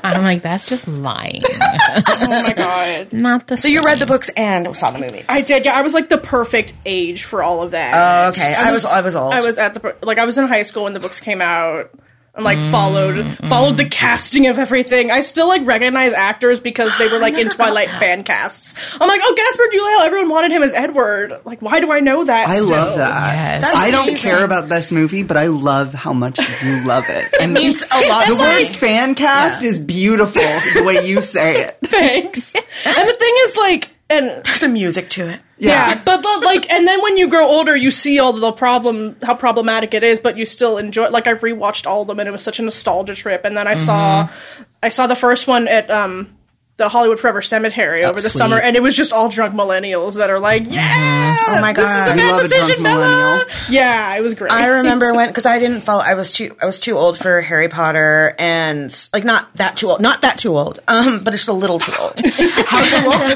I'm like, that's just lying. *laughs* Oh my god. Not the So you read the books and saw the movie. I did. Yeah, I was like the perfect age for all of that. Oh, okay. I was I was old. I was at the per- like I was in high school when the books came out. And like followed Mm. followed the casting of everything. I still like recognize actors because they were like in Twilight fan casts. I'm like, oh, Gaspar Ulel. Everyone wanted him as Edward. Like, why do I know that? I still? love that. Yes. That's I don't amazing. care about this movie, but I love how much you love *laughs* it. It And means a lot the to word me. fan cast is beautiful the way you say it. *laughs* Thanks. and the thing is, like, and There's some music to it. Yeah, but the, like, and then when you grow older, you see all the problem, how problematic it is, but you still enjoy. Like, I rewatched all of them, and it was such a nostalgia trip. And then I saw, Mm-hmm. I saw the first one at um the Hollywood Forever Cemetery over the sweet. Mm-hmm. summer, and it was just all drunk millennials that are like, yeah, Oh my this is God. a We bad love a drunk decision, Bella. millennial. Yeah, it was great. *laughs* I remember when because I didn't follow. I was too I was too old for Harry Potter and like not that too old, not that too old, um, but just a little too old.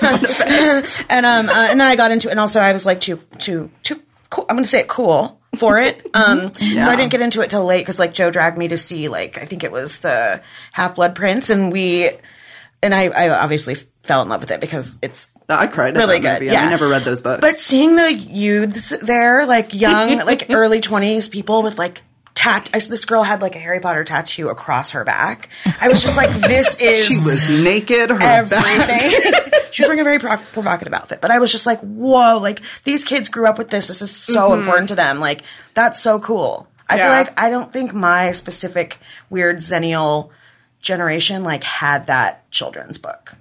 and um uh, and then I got into it, and also I was like too too too cool. I'm gonna say it cool for it. Um, so I didn't get into it till late because like Joe dragged me to see like I think it was the Half Blood Prince, and we and I I obviously fell in love with it because it's I cried at Really that good, movie. yeah. I never read those books. but seeing the youths there, like *laughs* young, like early twenties people with like tat. I, this girl had like a Harry Potter tattoo across her back. I was just like, this *laughs* is she was naked. Her back- everything. *laughs* she was wearing a very pro- provocative outfit, but I was just like, whoa! Like these kids grew up with this. This is so important to them. Like that's so cool. I Yeah. feel like I don't think my specific weird zennial generation like had that children's book.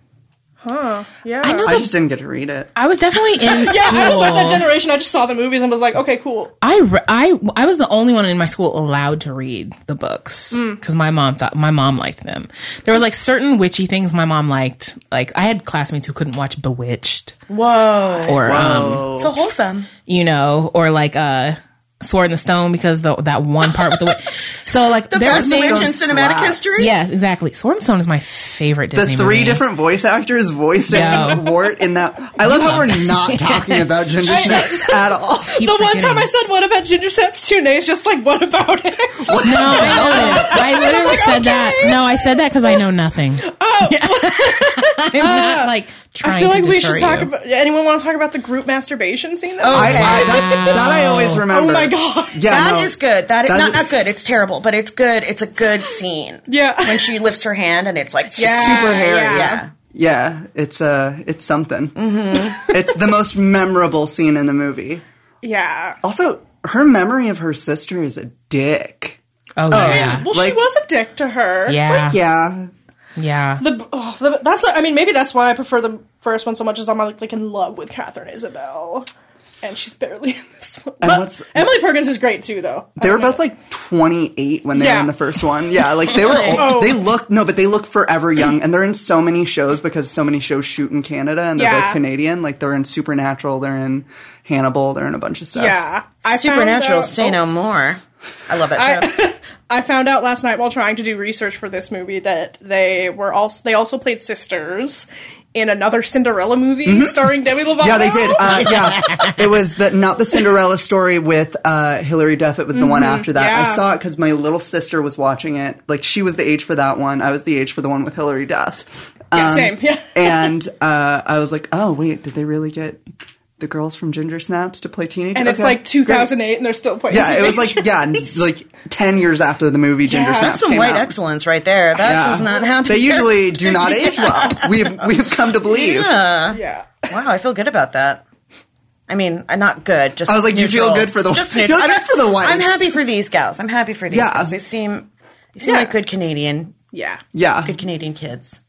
yeah, I know I the- just didn't get to read it. I was definitely in school. yeah, I was like that generation. I just saw the movies and was like, okay, cool. I, re- I, I was the only one in my school allowed to read the books because my mom thought my mom liked them. There was like certain witchy things my mom liked. Like I had classmates who couldn't watch Bewitched Whoa! or um, So wholesome. you know, or like uh, Sword in the Stone because the, that one part with the witch. So *laughs* like there were That's the things. witch in cinematic slaps. history. Yes, exactly. Sword in the Stone is my favorite The Disney. three movie. different voice actors voicing No. *laughs* Wart in that. I love how we're *laughs* not talking about Ginger Snaps at all. Keep The one forgetting. time I said, "What about Ginger Snaps too?" Nate's just like, "What about it?" No, I own it. *laughs* I literally said that. No, I said that because I know nothing. *laughs* Oh, *laughs* I'm not like trying *laughs* I feel like to we deter should talk you. Oh, about. Anyone want to talk about the group masturbation scene? Though? I, I, that's, that I always remember. Oh my god! Yeah, That no. is good. That is That not is- not good. It's terrible, but it's good. It's a good scene. Yeah. When she lifts her hand and it's like Yeah, super hairy. yeah. Yeah. Yeah, it's uh, it's something. Mm-hmm. it's the most memorable scene in the movie. Yeah. Also, her memory of her sister is a dick. Oh yeah, Well, she Like- was a dick to her. yeah, yeah. Yeah, The, oh, the that's I mean maybe that's why I prefer the first one so much as I'm like, like in love with Catherine Isabel, and she's barely in this one. But what's- Emily Perkins is great too though. they were both like 28 when they Yeah. were in the first one. Yeah, *laughs* like they were. Old, Oh. They look no, but they look forever young, and they're in so many shows because so many shows shoot in Canada, and they're Yeah. both Canadian. Like they're in Supernatural, they're in Hannibal, they're in a bunch of stuff. yeah. I Supernatural. Found out, Oh. Say no more. I love that show. *laughs* I found out last night while trying to do research for this movie that they were also they also played sisters in another Cinderella movie starring Demi Lovato. Mm-hmm. Yeah, they did. Uh, yeah, it was the not the Cinderella story with uh, Hilary Duff. It was the one after that. Mm-hmm. yeah. I saw it because my little sister was watching it. Like she was the age for that one. I was the age for the one with Hilary Duff. Um, Yeah, same. *laughs* Yeah. and uh, I was like, oh wait, did they really get the girls from Ginger Snaps to play teenagers? and it's like 2008 and they're still playing Yeah, it was teenagers. like yeah, n- like ten years after the movie Ginger Yeah. Snaps. That's some came white out. excellence right there. That Yeah. does not happen. *laughs* They usually do not age well. We've we've come to believe. *laughs* yeah Wow, I feel good about that. I mean, I'm not good. Just I was like, you feel neutral. good for the- *laughs* just you feel neutral. I'm- good for the whites. I'm happy for these gals. I'm happy for these Yeah. gals. They seem they seem Yeah. like good Canadian yeah Yeah, good Canadian kids.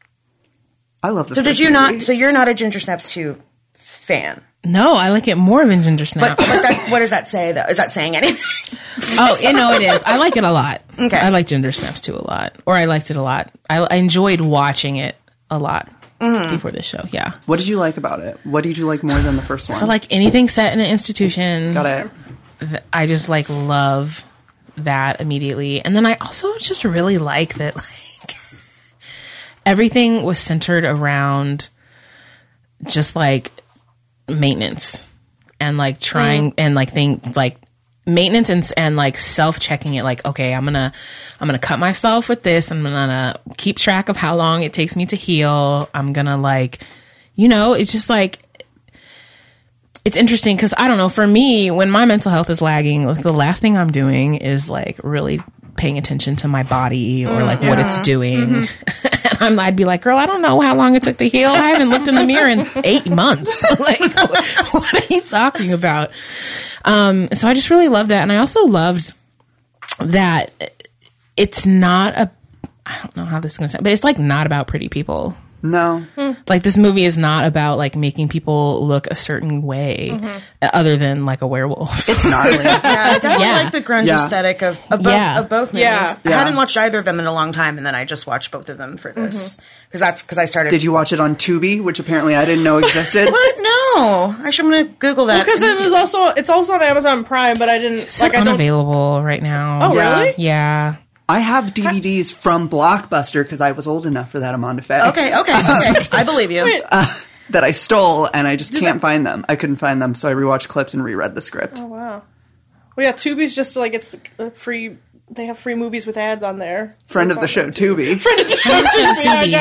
I love. The So did first you movie. not? So you're not a Ginger Snaps two fan. No, I like it more than Ginger Snap. But that, what does that say though? Is that saying anything? *laughs* oh, you know it is. I like it a lot. Okay. I like Ginger Snaps too a lot, or I liked it a lot. I, I enjoyed watching it a lot Mm-hmm. before this show. Yeah, What did you like about it? What did you like more than the first one? so like anything set in an institution. Got it. I just like love *laughs* that immediately. And then I also just really like that like everything was centered around just like maintenance and like trying and like things like maintenance and, and like self checking it like okay i'm gonna i'm gonna cut myself with this i'm gonna keep track of how long it takes me to heal i'm gonna like you know it's just like it's interesting because I don't know. For me, when my mental health is lagging, like the last thing I'm doing is like really paying attention to my body or like what it's doing. *laughs* and I'm, I'd be like, girl, I don't know how long it took to heal. I haven't looked in the mirror in eight months. *laughs* like, what are you talking about? Um, so I just really love that, and I also loved that it's not a. I don't know how this is going to sound, but it's like not about pretty people No. Mm. like this movie is not about like making people look a certain way Mm-hmm. other than like a werewolf It's gnarly. *laughs* *laughs* Yeah, I definitely Yeah. like the grunge Yeah. aesthetic of, of both Yeah. of both movies. Yeah. I Yeah. hadn't watched either of them in a long time, and then I just watched both of them for this because that's because I started. Did you watch it on Tubi, which apparently I didn't know existed? *laughs* What? No, actually, I'm gonna Google that. because it was also it's also on Amazon Prime, but I didn't It's *laughs* like I don't. unavailable right now Oh Yeah. really? yeah I have DVDs from Blockbuster because I was old enough for that Amanda Faye okay, *laughs* okay, okay. I believe you. that I stole, and I just can't find them. I couldn't find them, so I rewatched clips and reread the Oh, script. Wow. Well, yeah, Tubi's just like it's uh, free. They have free movies with ads on there. Friend of the show, Tubi. TV.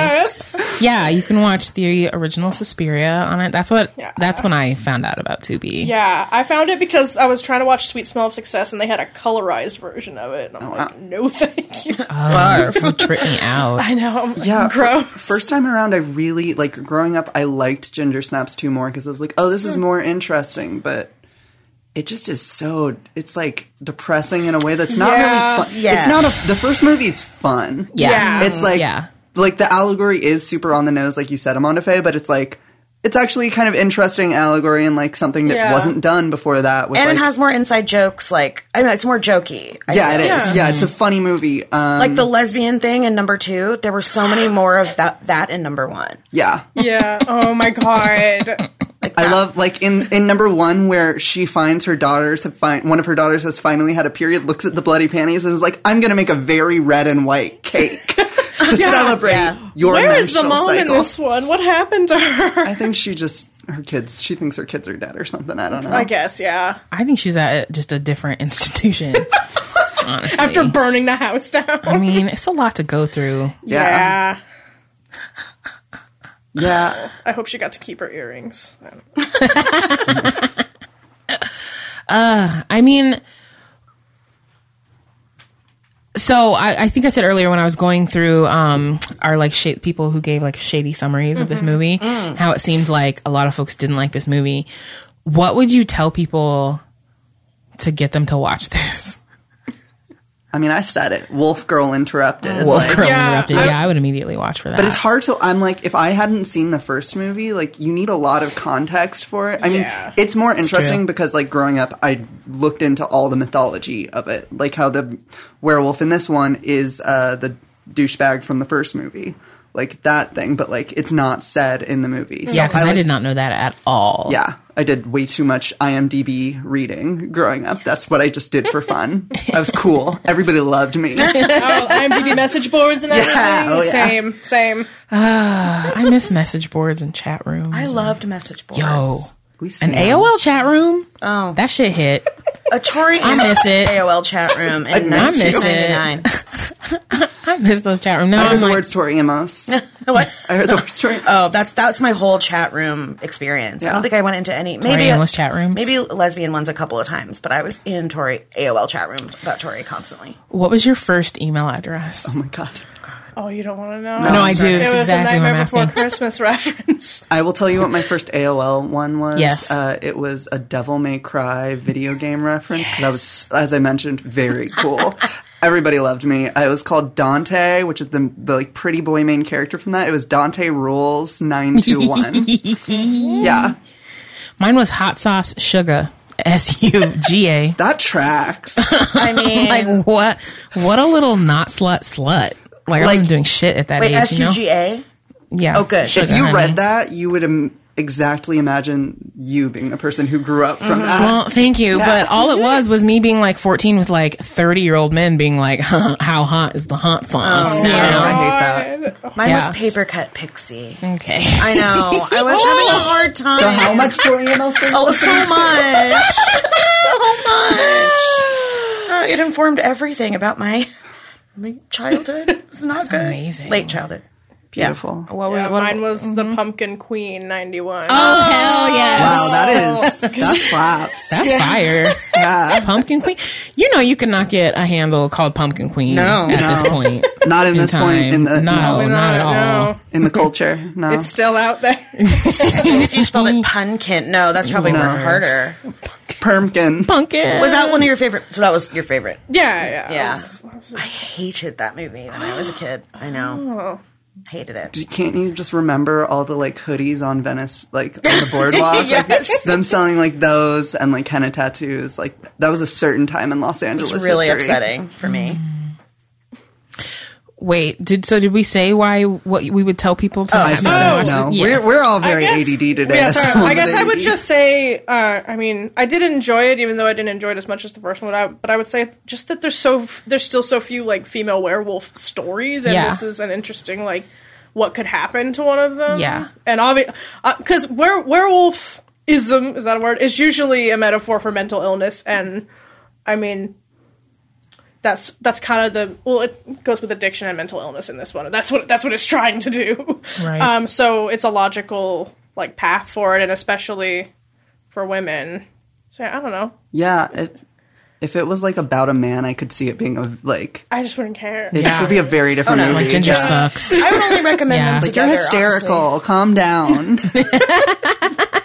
yeah you can watch the original Suspiria on it that's what that's when I found out about Tubi *laughs* Yeah, I found it because I was trying to watch Sweet Smell of Success and they had a colorized version of it, and Oh, I'm like, no, thank you. Oh, Uh, you tripped me out I know. I'm Yeah, gross. fir- first time around, I really like growing up. I liked Ginger Snaps two more because I was like, oh, this Hmm. is more interesting, but it just is so. It's like depressing in a way that's not Yeah. really fun. Yeah. It's not a. The first movie's fun. yeah, Yeah. It's like Yeah. like the allegory is super on the nose, like you said, Amanda Faye, but it's like it's actually kind of interesting allegory and like something that Yeah. wasn't done before that. With, and like, it has more inside jokes. Like I know it's more jokey. I yeah, feel. it is. Yeah, it's a funny movie. Um, Like the lesbian thing in number two, there were so *gasps* many more of that that in number one. yeah, Yeah. Oh my *laughs* god. I love like in in number one where she finds her daughters have fi- one of her daughters has finally had a period, looks at the bloody panties and is like, "I'm gonna make a very red and *laughs* white cake to celebrate your Where is the menstrual mom in cycle." this one? What happened to *laughs* her? I think she just her kids. She thinks her kids are dead or something. I don't know. I guess, yeah. I think she's at just a different institution *laughs* honestly After burning the house down. I mean it's a lot to go through Yeah. yeah. I hope she got to keep her earrings. I mean, so I, I think I said earlier when I was going through um, our like sh- people who gave like shady summaries of Mm-hmm. this movie, Mm. how it seemed like a lot of folks didn't like this movie. What would you tell people to get them to watch *laughs* this? I mean, I said it. Wolf girl interrupted. Wolf like- Girl yeah, interrupted. Yeah, I would immediately watch for that. But it's hard to. I'm like, if I hadn't seen the first movie, like, you need a lot of context for it. I mean, Yeah. it's more interesting because, like, growing up, I looked into all the mythology of it. Like, how the werewolf in this one is uh, the douchebag from the first movie. Like, that thing, but, like, it's not said in the movie. So yeah, because I, like- did not know that at all. Yeah. I did way too much IMDb reading growing up. That's what I just did for fun. I was cool. Everybody loved me. oh, IMDb message boards and everything. oh, yeah. Same, same. I miss message boards and chat rooms. I loved message boards. Yo, We an stand. AOL chat room. Oh, that shit hit. a Tori I miss it. AOL chat room in I miss it. 1999. I miss those chat rooms. Now I heard I'm the like, words Tori Amos. What? I heard the words Tori Oh, that's that's my whole chat room experience. I Yeah. don't think I went into any Tori maybe Amos chat rooms. maybe lesbian ones a couple of times, but I was in Tori AOL chat room about Tori *laughs* constantly. What was your first email address? Oh my god. Oh, you don't want to know? no, I do. It It's was exactly a what I'm Nightmare Before asking. Christmas *laughs* reference. I will tell you what my first AOL one was. Yes. Uh, it was a Devil May Cry video game reference because I was, as I mentioned, very cool. *laughs* Everybody loved me. I was called Dante, which is the, the like pretty boy main character from that. It was Dante Rules nine two one. *laughs* Yeah, Mine was hot sauce sugar. S U G A. that tracks. Oh I mean, *laughs* Like what? What a little not slut slut. Like, I Like- wasn't doing shit at that wait, age. S You know? U G A. Yeah. Oh, good. if Sugar, you honey. read that, you would. Im- exactly imagine you being the person who grew up from that. Well, Oh, thank you. But all it was was me being like 14 with like 30 year old men being like, *laughs* how hot is the hot sauce? You Oh, I know? hate that. Mine Yeah. was paper *laughs* cut pixie. Okay. I know. *laughs* I was having a hard time. So how much Torian Elston? Oh, *laughs* so *laughs* much. so much. Uh, it informed everything about my, my *laughs* childhood. It was not good. amazing. Late childhood. Beautiful. *laughs* What were- Yeah, what- mm-hmm. mine was the Pumpkin Queen Oh, '91. hell yes. Wow, that is *laughs* that slaps. That's fire. *laughs* Pumpkin Queen. You know you cannot get a handle called Pumpkin Queen No. at this point. Not in this time. point in the no, no, not, at all. No, in the culture. No, it's still *laughs* out there. If you spelled it punkin, no, that's probably more harder. *laughs* Permkin. Pumpkin. Was that one of your favorite? So that was your favorite. Yeah, yeah. Yeah. I was- I was- I hated that movie when I was a kid. I know. Hated it. Can't you just remember all the like hoodies on Venice, like on the boardwalk? Yes. Like, them selling like those and like henna tattoos. Like that was a certain time in Los It Angeles. was really history. upsetting for me. Wait, did so did we say why what we would tell people to I not see. watch this? no, Yeah. we're, we're all very guess- ADD today. Yeah, sorry. So I guess I would ADD. just say, uh, I mean, I did enjoy it, even though I didn't enjoy it as much as the first one. But I, but I would say just that there's so f- there's still so few like female werewolf stories, and Yeah. this is an interesting like what could happen to one of them. Yeah. and obviously because were- werewolfism is that a word? Is usually a metaphor for mental illness, and I mean. That's that's kind of the well. It goes with addiction and mental illness in this one. That's what that's what it's *laughs* trying to do. Right. Um, so it's a logical like path for it, and especially for women. So yeah, I don't know. *laughs* Yeah, it, if it was like about a man, I could see it being a like. I just wouldn't care. It Yeah. just would be a very different movie. Like Ginger Yeah. sucks. I would only recommend Yeah. them Like, You're together. hysterical. honestly. Calm down.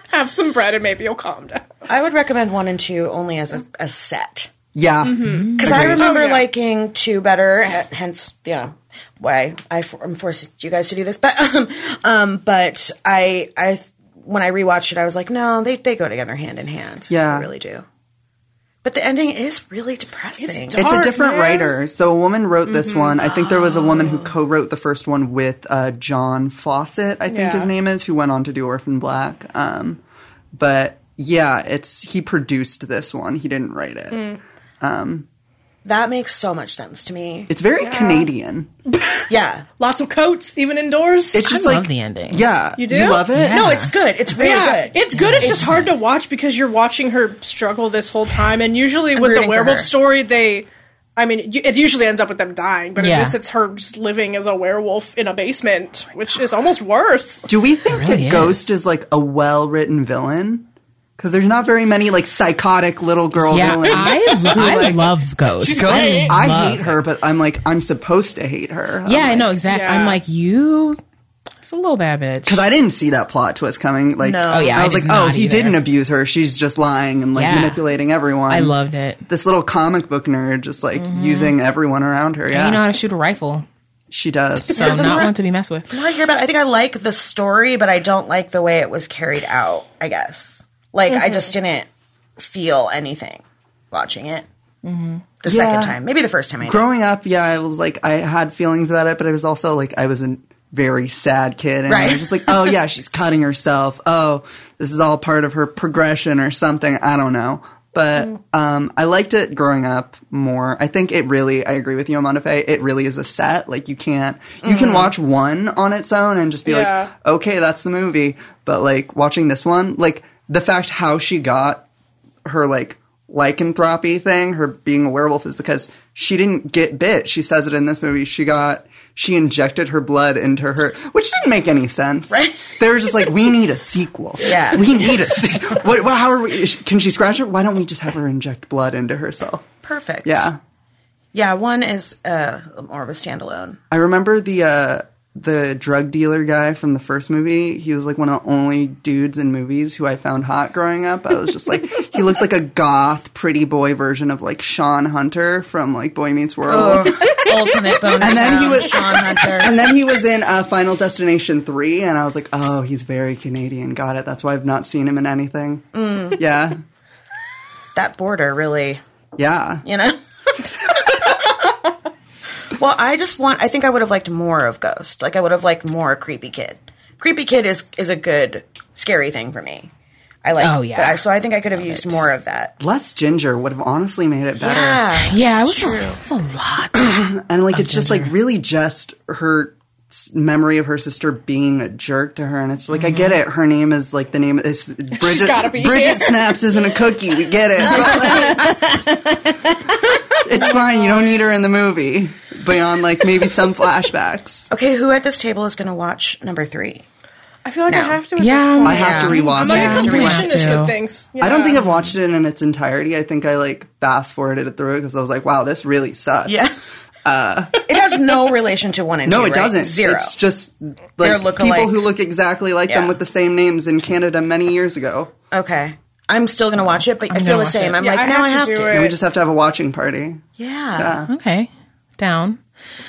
Have some bread, and maybe you'll calm down. I would recommend one and two only as a, a set. yeah. Because I remember Oh, yeah. liking two better, h- hence, yeah, why I for- I'm forcing you guys to do this. But, um, um, but I, I, when I rewatched it, I was like, no, they they go together hand in hand. Yeah. they really do. But the ending is really depressing. It's It's a Dark, different man. writer. So a woman wrote Mm-hmm. this one. I think there was a woman who co-wrote the first one with uh, John Fawcett. I think Yeah. his name is, who went on to do Orphan Black. Um, but yeah, it's he produced this one. He didn't write it. Mm. that makes so much sense to me. It's very Canadian. Yeah, Lots of coats, even indoors. It's I just love like the ending. Yeah, you do? love it. no, it's good. It's really yeah, good. it's good. It's just hard to watch because you're watching her struggle this whole time, and usually with the rooting for werewolf her. story, they. I mean, you- it usually ends up with them dying, but Yeah. in this, it's her just living as a werewolf in a basement, which is almost worse. Do we think really that is. Ghost is like a well-written villain? Because there's not very many like psychotic little girl Yeah, villains. *laughs* I, lo- I love ghosts. Ghost, I, love- hate her, but I'm like I'm supposed to hate her. Yeah, I know exactly. I'm Yeah. like you. It's a little bad bitch. because I didn't see that plot twist coming. Like, No. Oh, yeah, I I was did like, oh, not he either. didn't abuse her. She's just lying and like Yeah. manipulating everyone. I Mm-hmm. loved it. this little comic book nerd, just like using everyone around her. Yeah, You know how to shoot a rifle, *laughs* she does. *laughs* so not one to be messed with. I hear about. it. I think I like the story, but I don't like the way it was carried out. I guess like I just Mm-hmm. didn't feel anything watching it the Mm-hmm. Yeah. second time, maybe the first time. I did. Growing up, yeah, I was like, I had feelings about it, but I was also like, I was a very sad kid, and I Right. was just like, oh yeah, she's cutting herself. Oh, this is all part of her progression or something. I don't know. But um, I liked it growing up more. I think it really. I agree with you, Amanda Faye. It really is a set. Like you can't. You can watch one on its own and just be Yeah. like, okay, that's the movie. But like watching this one, like the fact how she got her like lycanthropy thing, her being a werewolf, is because she didn't get bit. She says it in this movie. She got she injected her blood into her, which didn't make any sense. Right. They were just like, we need a sequel. *laughs* Yeah. we need a sequel. What, what? How are we? is- Can she scratch it? Why don't we just have her inject blood into herself? Perfect. Yeah. Yeah, one is uh, more of a standalone. I remember the uh, the drug dealer guy from the first movie. He was like one of the only dudes in movies who I found hot growing up. I was just like, he looked like a goth, pretty boy version of like Sean Hunter from like Boy Meets World. *laughs* Ultimate bonus. And then he round, was- Sean Hunter. And then he was in uh, Final Destination three, and I was like, oh, he's very Canadian. Got it. That's why I've not seen him in anything. Yeah, That border really, yeah. you know. *laughs* well, I just want. I think I would have liked more of Ghost. Like I would have liked more creepy kid. Creepy Kid is is a good scary thing for me. I like. Oh, yeah. But I, so I think I could have used more of that. Less ginger would have honestly made it better. Yeah. Yeah, it was, a, it was a lot. And like it's just like really just her s- memory of her sister being a jerk to her and it's like I get it her name is like the name is Bridget gotta be Bridget here. Snaps isn't a cookie we get it *laughs* It's fine you don't need her in the movie beyond like maybe some flashbacks Okay, who at this table is going to watch number three? I feel like I have to. At Yeah, this I'm point. I have to rewatch I'm like it a completionist Yeah. with things. I don't think Yeah. I've watched it in its entirety I think I like fast forwarded it through because I was like wow this really sucks Yeah. *laughs* it has no relation to one and No, two. it right? doesn't. Zero. It's just They're like look-alike. people who look exactly like Yeah. them with the same names in Canada many years ago. okay. I'm still going to watch it, but i feel gonna the watch same. it. I'm Yeah, like, I now have I to have do to. it. We just have to have a watching party. Yeah. okay, down.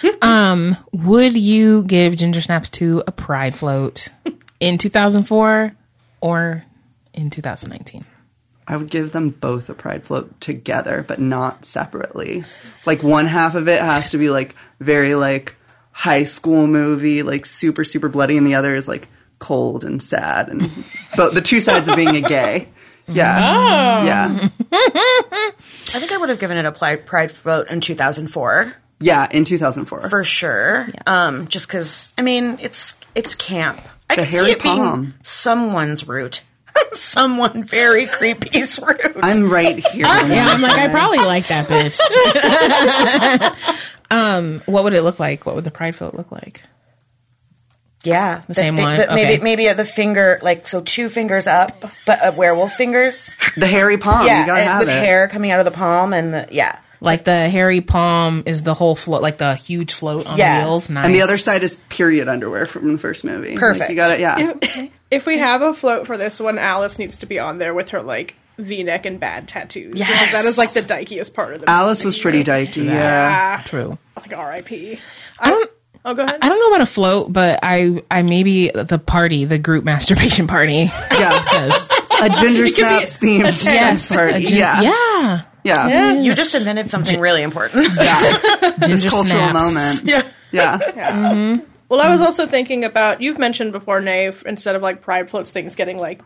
*laughs* Um, would you give Ginger Snaps to a Pride float in 2004 or in 2019? I would give them both a pride float together, but not separately. Like one half of it has to be like very like high school movie, like super super bloody, and the other is like cold and sad, *laughs* and but the two sides of being a gay. Yeah, Oh. yeah, I think I would have given it a pli- pride vote in 2004 yeah. In two thousand four, for sure. Um, just because I mean, it's it's camp. I The could hairy see it being palm. someone's root, *laughs* someone very creepy's root. I'm right *laughs* here. Yeah, I'm like, I probably like that bitch. um, what would it look like? What would the pride float look like? yeah, the same one? Maybe Okay. maybe the finger, like so, two fingers up, but uh, werewolf fingers. the hairy palm. yeah, you gotta and have with it. hair coming out of the palm, and the, yeah, Like the hairy palm is the whole float, like the huge float on Yeah. wheels. Nice. And the other side is period underwear from the first movie. Like, Perfect. you got it. Yeah. If we have a float for this one, Alice needs to be on there with her like V-neck and bad tattoos. because Yes. that is like the dykiest part of the. *laughs* Alice was pretty dykey. Yeah. Yeah. True. Like R.I.P. I Um, don't. Oh, go ahead. I don't know about a float, but I, I maybe the party, the group *laughs* masturbation party. *laughs* Yeah. Yes. *laughs* A ginger snaps themed yes. party. A gin- yeah. yeah. Yeah. you just invented something really important. *laughs* *laughs* Ginger Cultural snaps. moment. Yeah. Yeah. Well, I was also thinking about you've mentioned before, Nave, instead of like pride floats, things getting like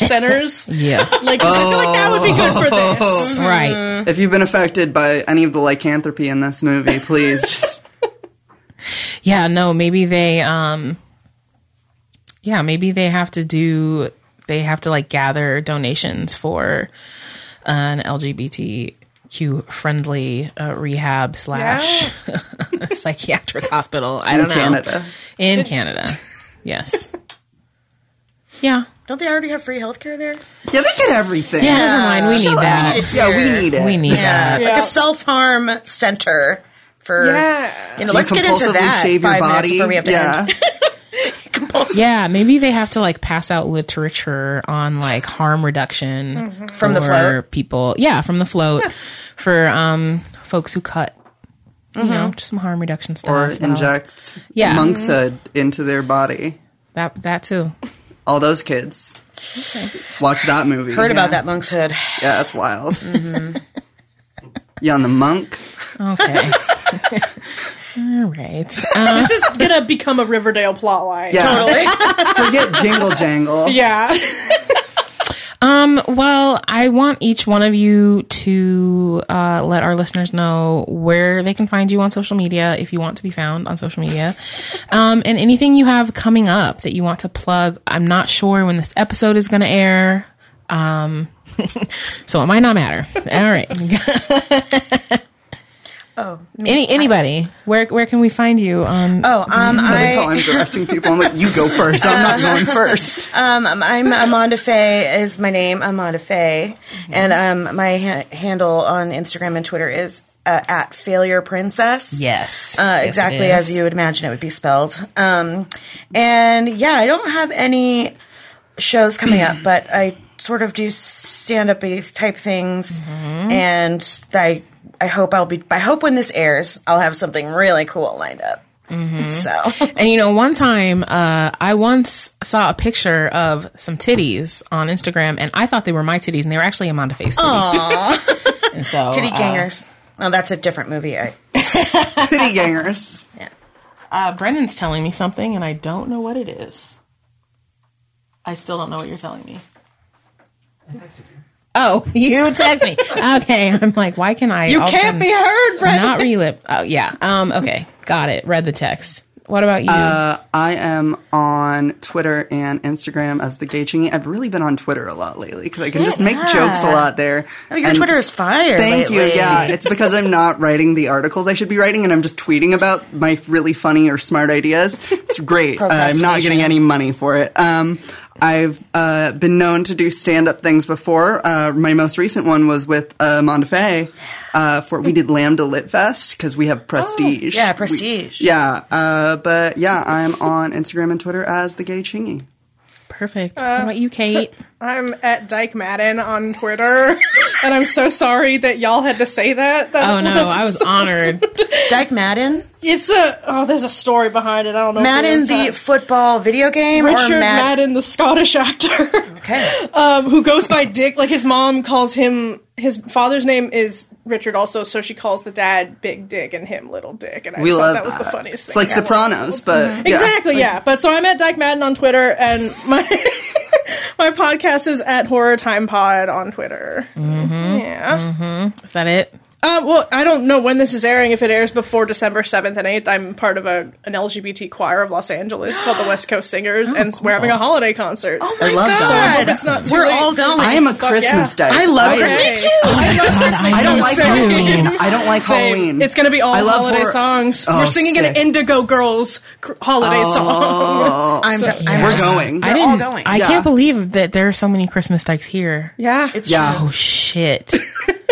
*laughs* centers. Yeah. Like, 'cause I feel like that would be good for Oh. this. Right. If you've been affected by any of the lycanthropy in this *laughs* movie, please just Yeah. No, maybe they, um, yeah, maybe they have to do, they have to like gather donations for an LGBTQ friendly uh, rehab slash *laughs* psychiatric hospital. I In don't know. Canada. In Canada. *laughs* Yes. Yeah. Don't they already have free healthcare there? Yeah, they get everything. Yeah. Never mind. We need that. Uh, Yeah, we need it. We need that. like Yeah. a self harm center for Yeah. you know. Let's get into Compulsively that. shave your five minutes body. before we have to *laughs* yeah. end. Yeah, maybe they have to like pass out literature on like harm reduction Mm-hmm. From the for float? People, yeah, from the float for um folks who cut. Mm-hmm. You know, just some harm reduction stuff. Or Uh, inject Yeah. monk's hood into their body. that that too. All those kids. Watch that movie. Heard Yeah. about that monk's hood. Yeah, that's wild. *laughs* Yeah, on the monk. Okay. *laughs* *laughs* All right. Um, This is gonna become a Riverdale plotline. Yeah. *laughs* Forget jingle jangle. Yeah. Um, well, I want each one of you to uh, let our listeners know where they can find you on social media if you want to be found on social media. um, and anything you have coming up that you want to plug. I'm not sure when this episode is going to air. Um, *laughs* so it might not matter. All right. *laughs* Oh, Any anybody, where where can we find you on *laughs* oh, um, Like how I, I'm directing people. I'm like, you go first. I'm not going first. um, I'm Amanda Faye is my name, Amanda Faye, Mm-hmm. and um, my ha- handle on Instagram and Twitter is uh, at Failure Princess. Yes. Uh, Yes, it exactly is. as you would imagine it would be spelled. Um, and yeah, I don't have any shows coming up, but I sort of do stand up type things, Mm-hmm. and I I hope I'll be I hope when this airs, I'll have something really cool lined up. Mm-hmm. *laughs* So And you know, one time uh, I once saw a picture of some titties on Instagram, and I thought they were my titties, and they were actually Amanda Face titties. *laughs* and so, Titty uh, Gangers. Oh, that's a different movie. I, City gangers. uh, Brennan's telling me something, and I don't know what it is. I still don't know what you're telling me. Oh, you text me. Okay, I'm like, why can I? You all of a can't sudden be heard, Brenda. Not relip. Oh yeah. Um. Okay. Got it. Read the text. What about you? Uh, I am on Twitter and Instagram as the Gay Chingy. I've really been on Twitter a lot lately because I can just make jokes a lot there. Oh, your And Twitter is fire. Thank you. lately. Yeah, it's because I'm not writing the articles I should be writing, and I'm just tweeting about my really funny or smart ideas. It's great. Uh, I'm not getting any money for it. Um, I've uh, been known to do stand up things before. Uh, my most recent one was with uh, Montefe. Uh, for we did Lambda Lit Fest because we have Prestige. Oh, yeah, We- Prestige. yeah, uh, but yeah, I'm on Instagram and Twitter as the Gay Chingy. Perfect. what about you, Kate? I'm at Dyke Madden on Twitter, *laughs* and I'm so sorry that y'all had to say that. that Oh no, I *laughs* was honored. Dyke Madden. It's a oh, there's a story behind it. I don't know. if Madden, we're gonna the football video game, talk- Richard or Mad- Madden, the Scottish actor, *laughs* Okay. um, who goes by Dick. Like his mom calls him. His father's name is Richard, also, so she calls the dad Big Dick and him Little Dick. And I We just love thought that was the funniest It's thing. like I love Sopranos, but yeah. Exactly, yeah. But so I'm at Dyke Madden on Twitter, and my *laughs* my podcast is at Horror Time Pod on Twitter. Mm-hmm. Yeah. Is that it? Uh, well, I don't know when this is airing. If it airs before December seventh and eighth, I'm part of a an LGBT choir of Los Angeles called the West Coast *gasps* Singers, and we're having a holiday concert. Oh I love that. God, not too we're late. all going. I am a Christmas yeah. guy. I love I- Christmas. Me too. I love Christmas. I don't like Same. Halloween. I don't like Same. Halloween. It's gonna be all I love holiday horror- songs. Oh, we're singing an sick. Oh. Indigo Girls cr- holiday song. I'm, d- I'm We're just- going. I They're didn't. all going. I Yeah. can't believe that there are so many Christmas dykes here. yeah, it's *laughs* yeah, Oh shit.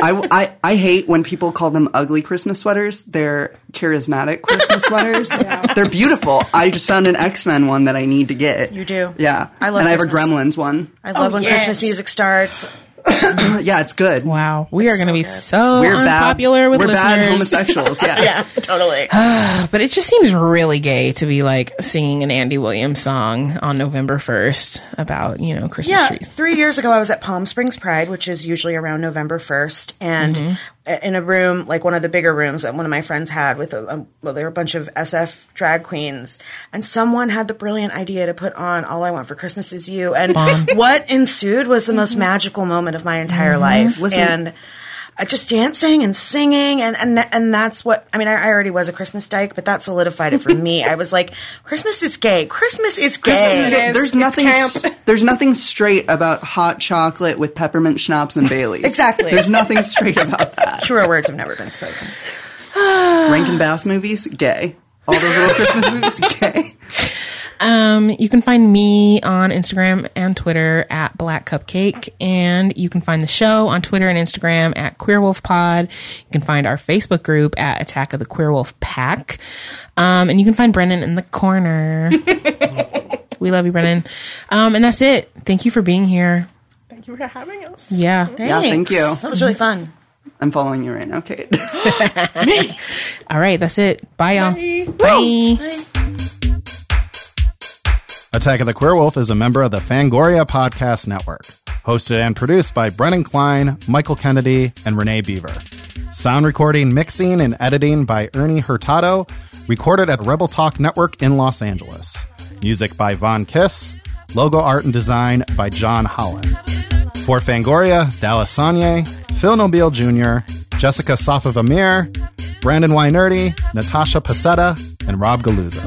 I, I I hate when people call them ugly Christmas sweaters. They're *laughs* charismatic Christmas sweaters. They're beautiful. I just found an X Men one that I need to get. You do. Yeah, I love And I have a Christmas. Gremlins one. I love when yes. Christmas music starts. Yeah, it's good. Wow. We are going to be so We're bad. unpopular with We're bad listeners. *laughs* homosexuals. Yeah. Yeah, totally. But it just seems really gay to be like singing an Andy Williams song on November 1st about, you know, Christmas Yeah, trees. three years ago, I was at Palm Springs Pride, which is usually around November 1st, and Mm-hmm. i- in a room, like one of the bigger rooms that one of my friends had with, a, a- well, there were a bunch of SF drag queens, and someone had the brilliant idea to put on All I Want for Christmas Is You. And *laughs* what ensued was the most magical moment of my entire Mm-hmm. life. Listen- And uh, just dancing and singing and and and that's what I mean. I, I already was a Christmas dyke, but that solidified it for me. *laughs* I was like, Christmas is gay. Christmas is gay. Christmas is it. is. There's It's nothing. camp. s- There's nothing straight about hot chocolate with peppermint schnapps and Bailey's. Exactly. There's nothing straight about that. Truer words have never been spoken. Rankin Bass movies, gay. All those little Christmas movies, gay. Um, you can find me on Instagram and Twitter at Black Cupcake, and you can find the show on Twitter and Instagram at Queer Wolf Pod. You can find our Facebook group at Attack of the Queer Wolf Pack, um, and you can find Brennan in the corner. we love you, Brennan. Um, and that's it. Thank you for being here. thank you for having us. Yeah. Yeah, thank Thanks. you. That was really fun. I'm following you right now, Kate. All right. That's it. Bye, y'all. Bye. Bye. Attack of the Queerwolf is a member of the Fangoria Podcast Network, hosted and produced by Brennan Klein, Michael Kennedy, and Renee Beaver. Sound recording, mixing, and editing by Ernie Hurtado, recorded at Rebel Talk Network in Los Angeles. Music by Von Kiss, logo art and design by John Holland. For Fangoria, Dallas Sanye, Phil Nobile Jr., Jessica Safavamir, Brandon Wynerdy, Natasha Passetta, and Rob Galuzzo.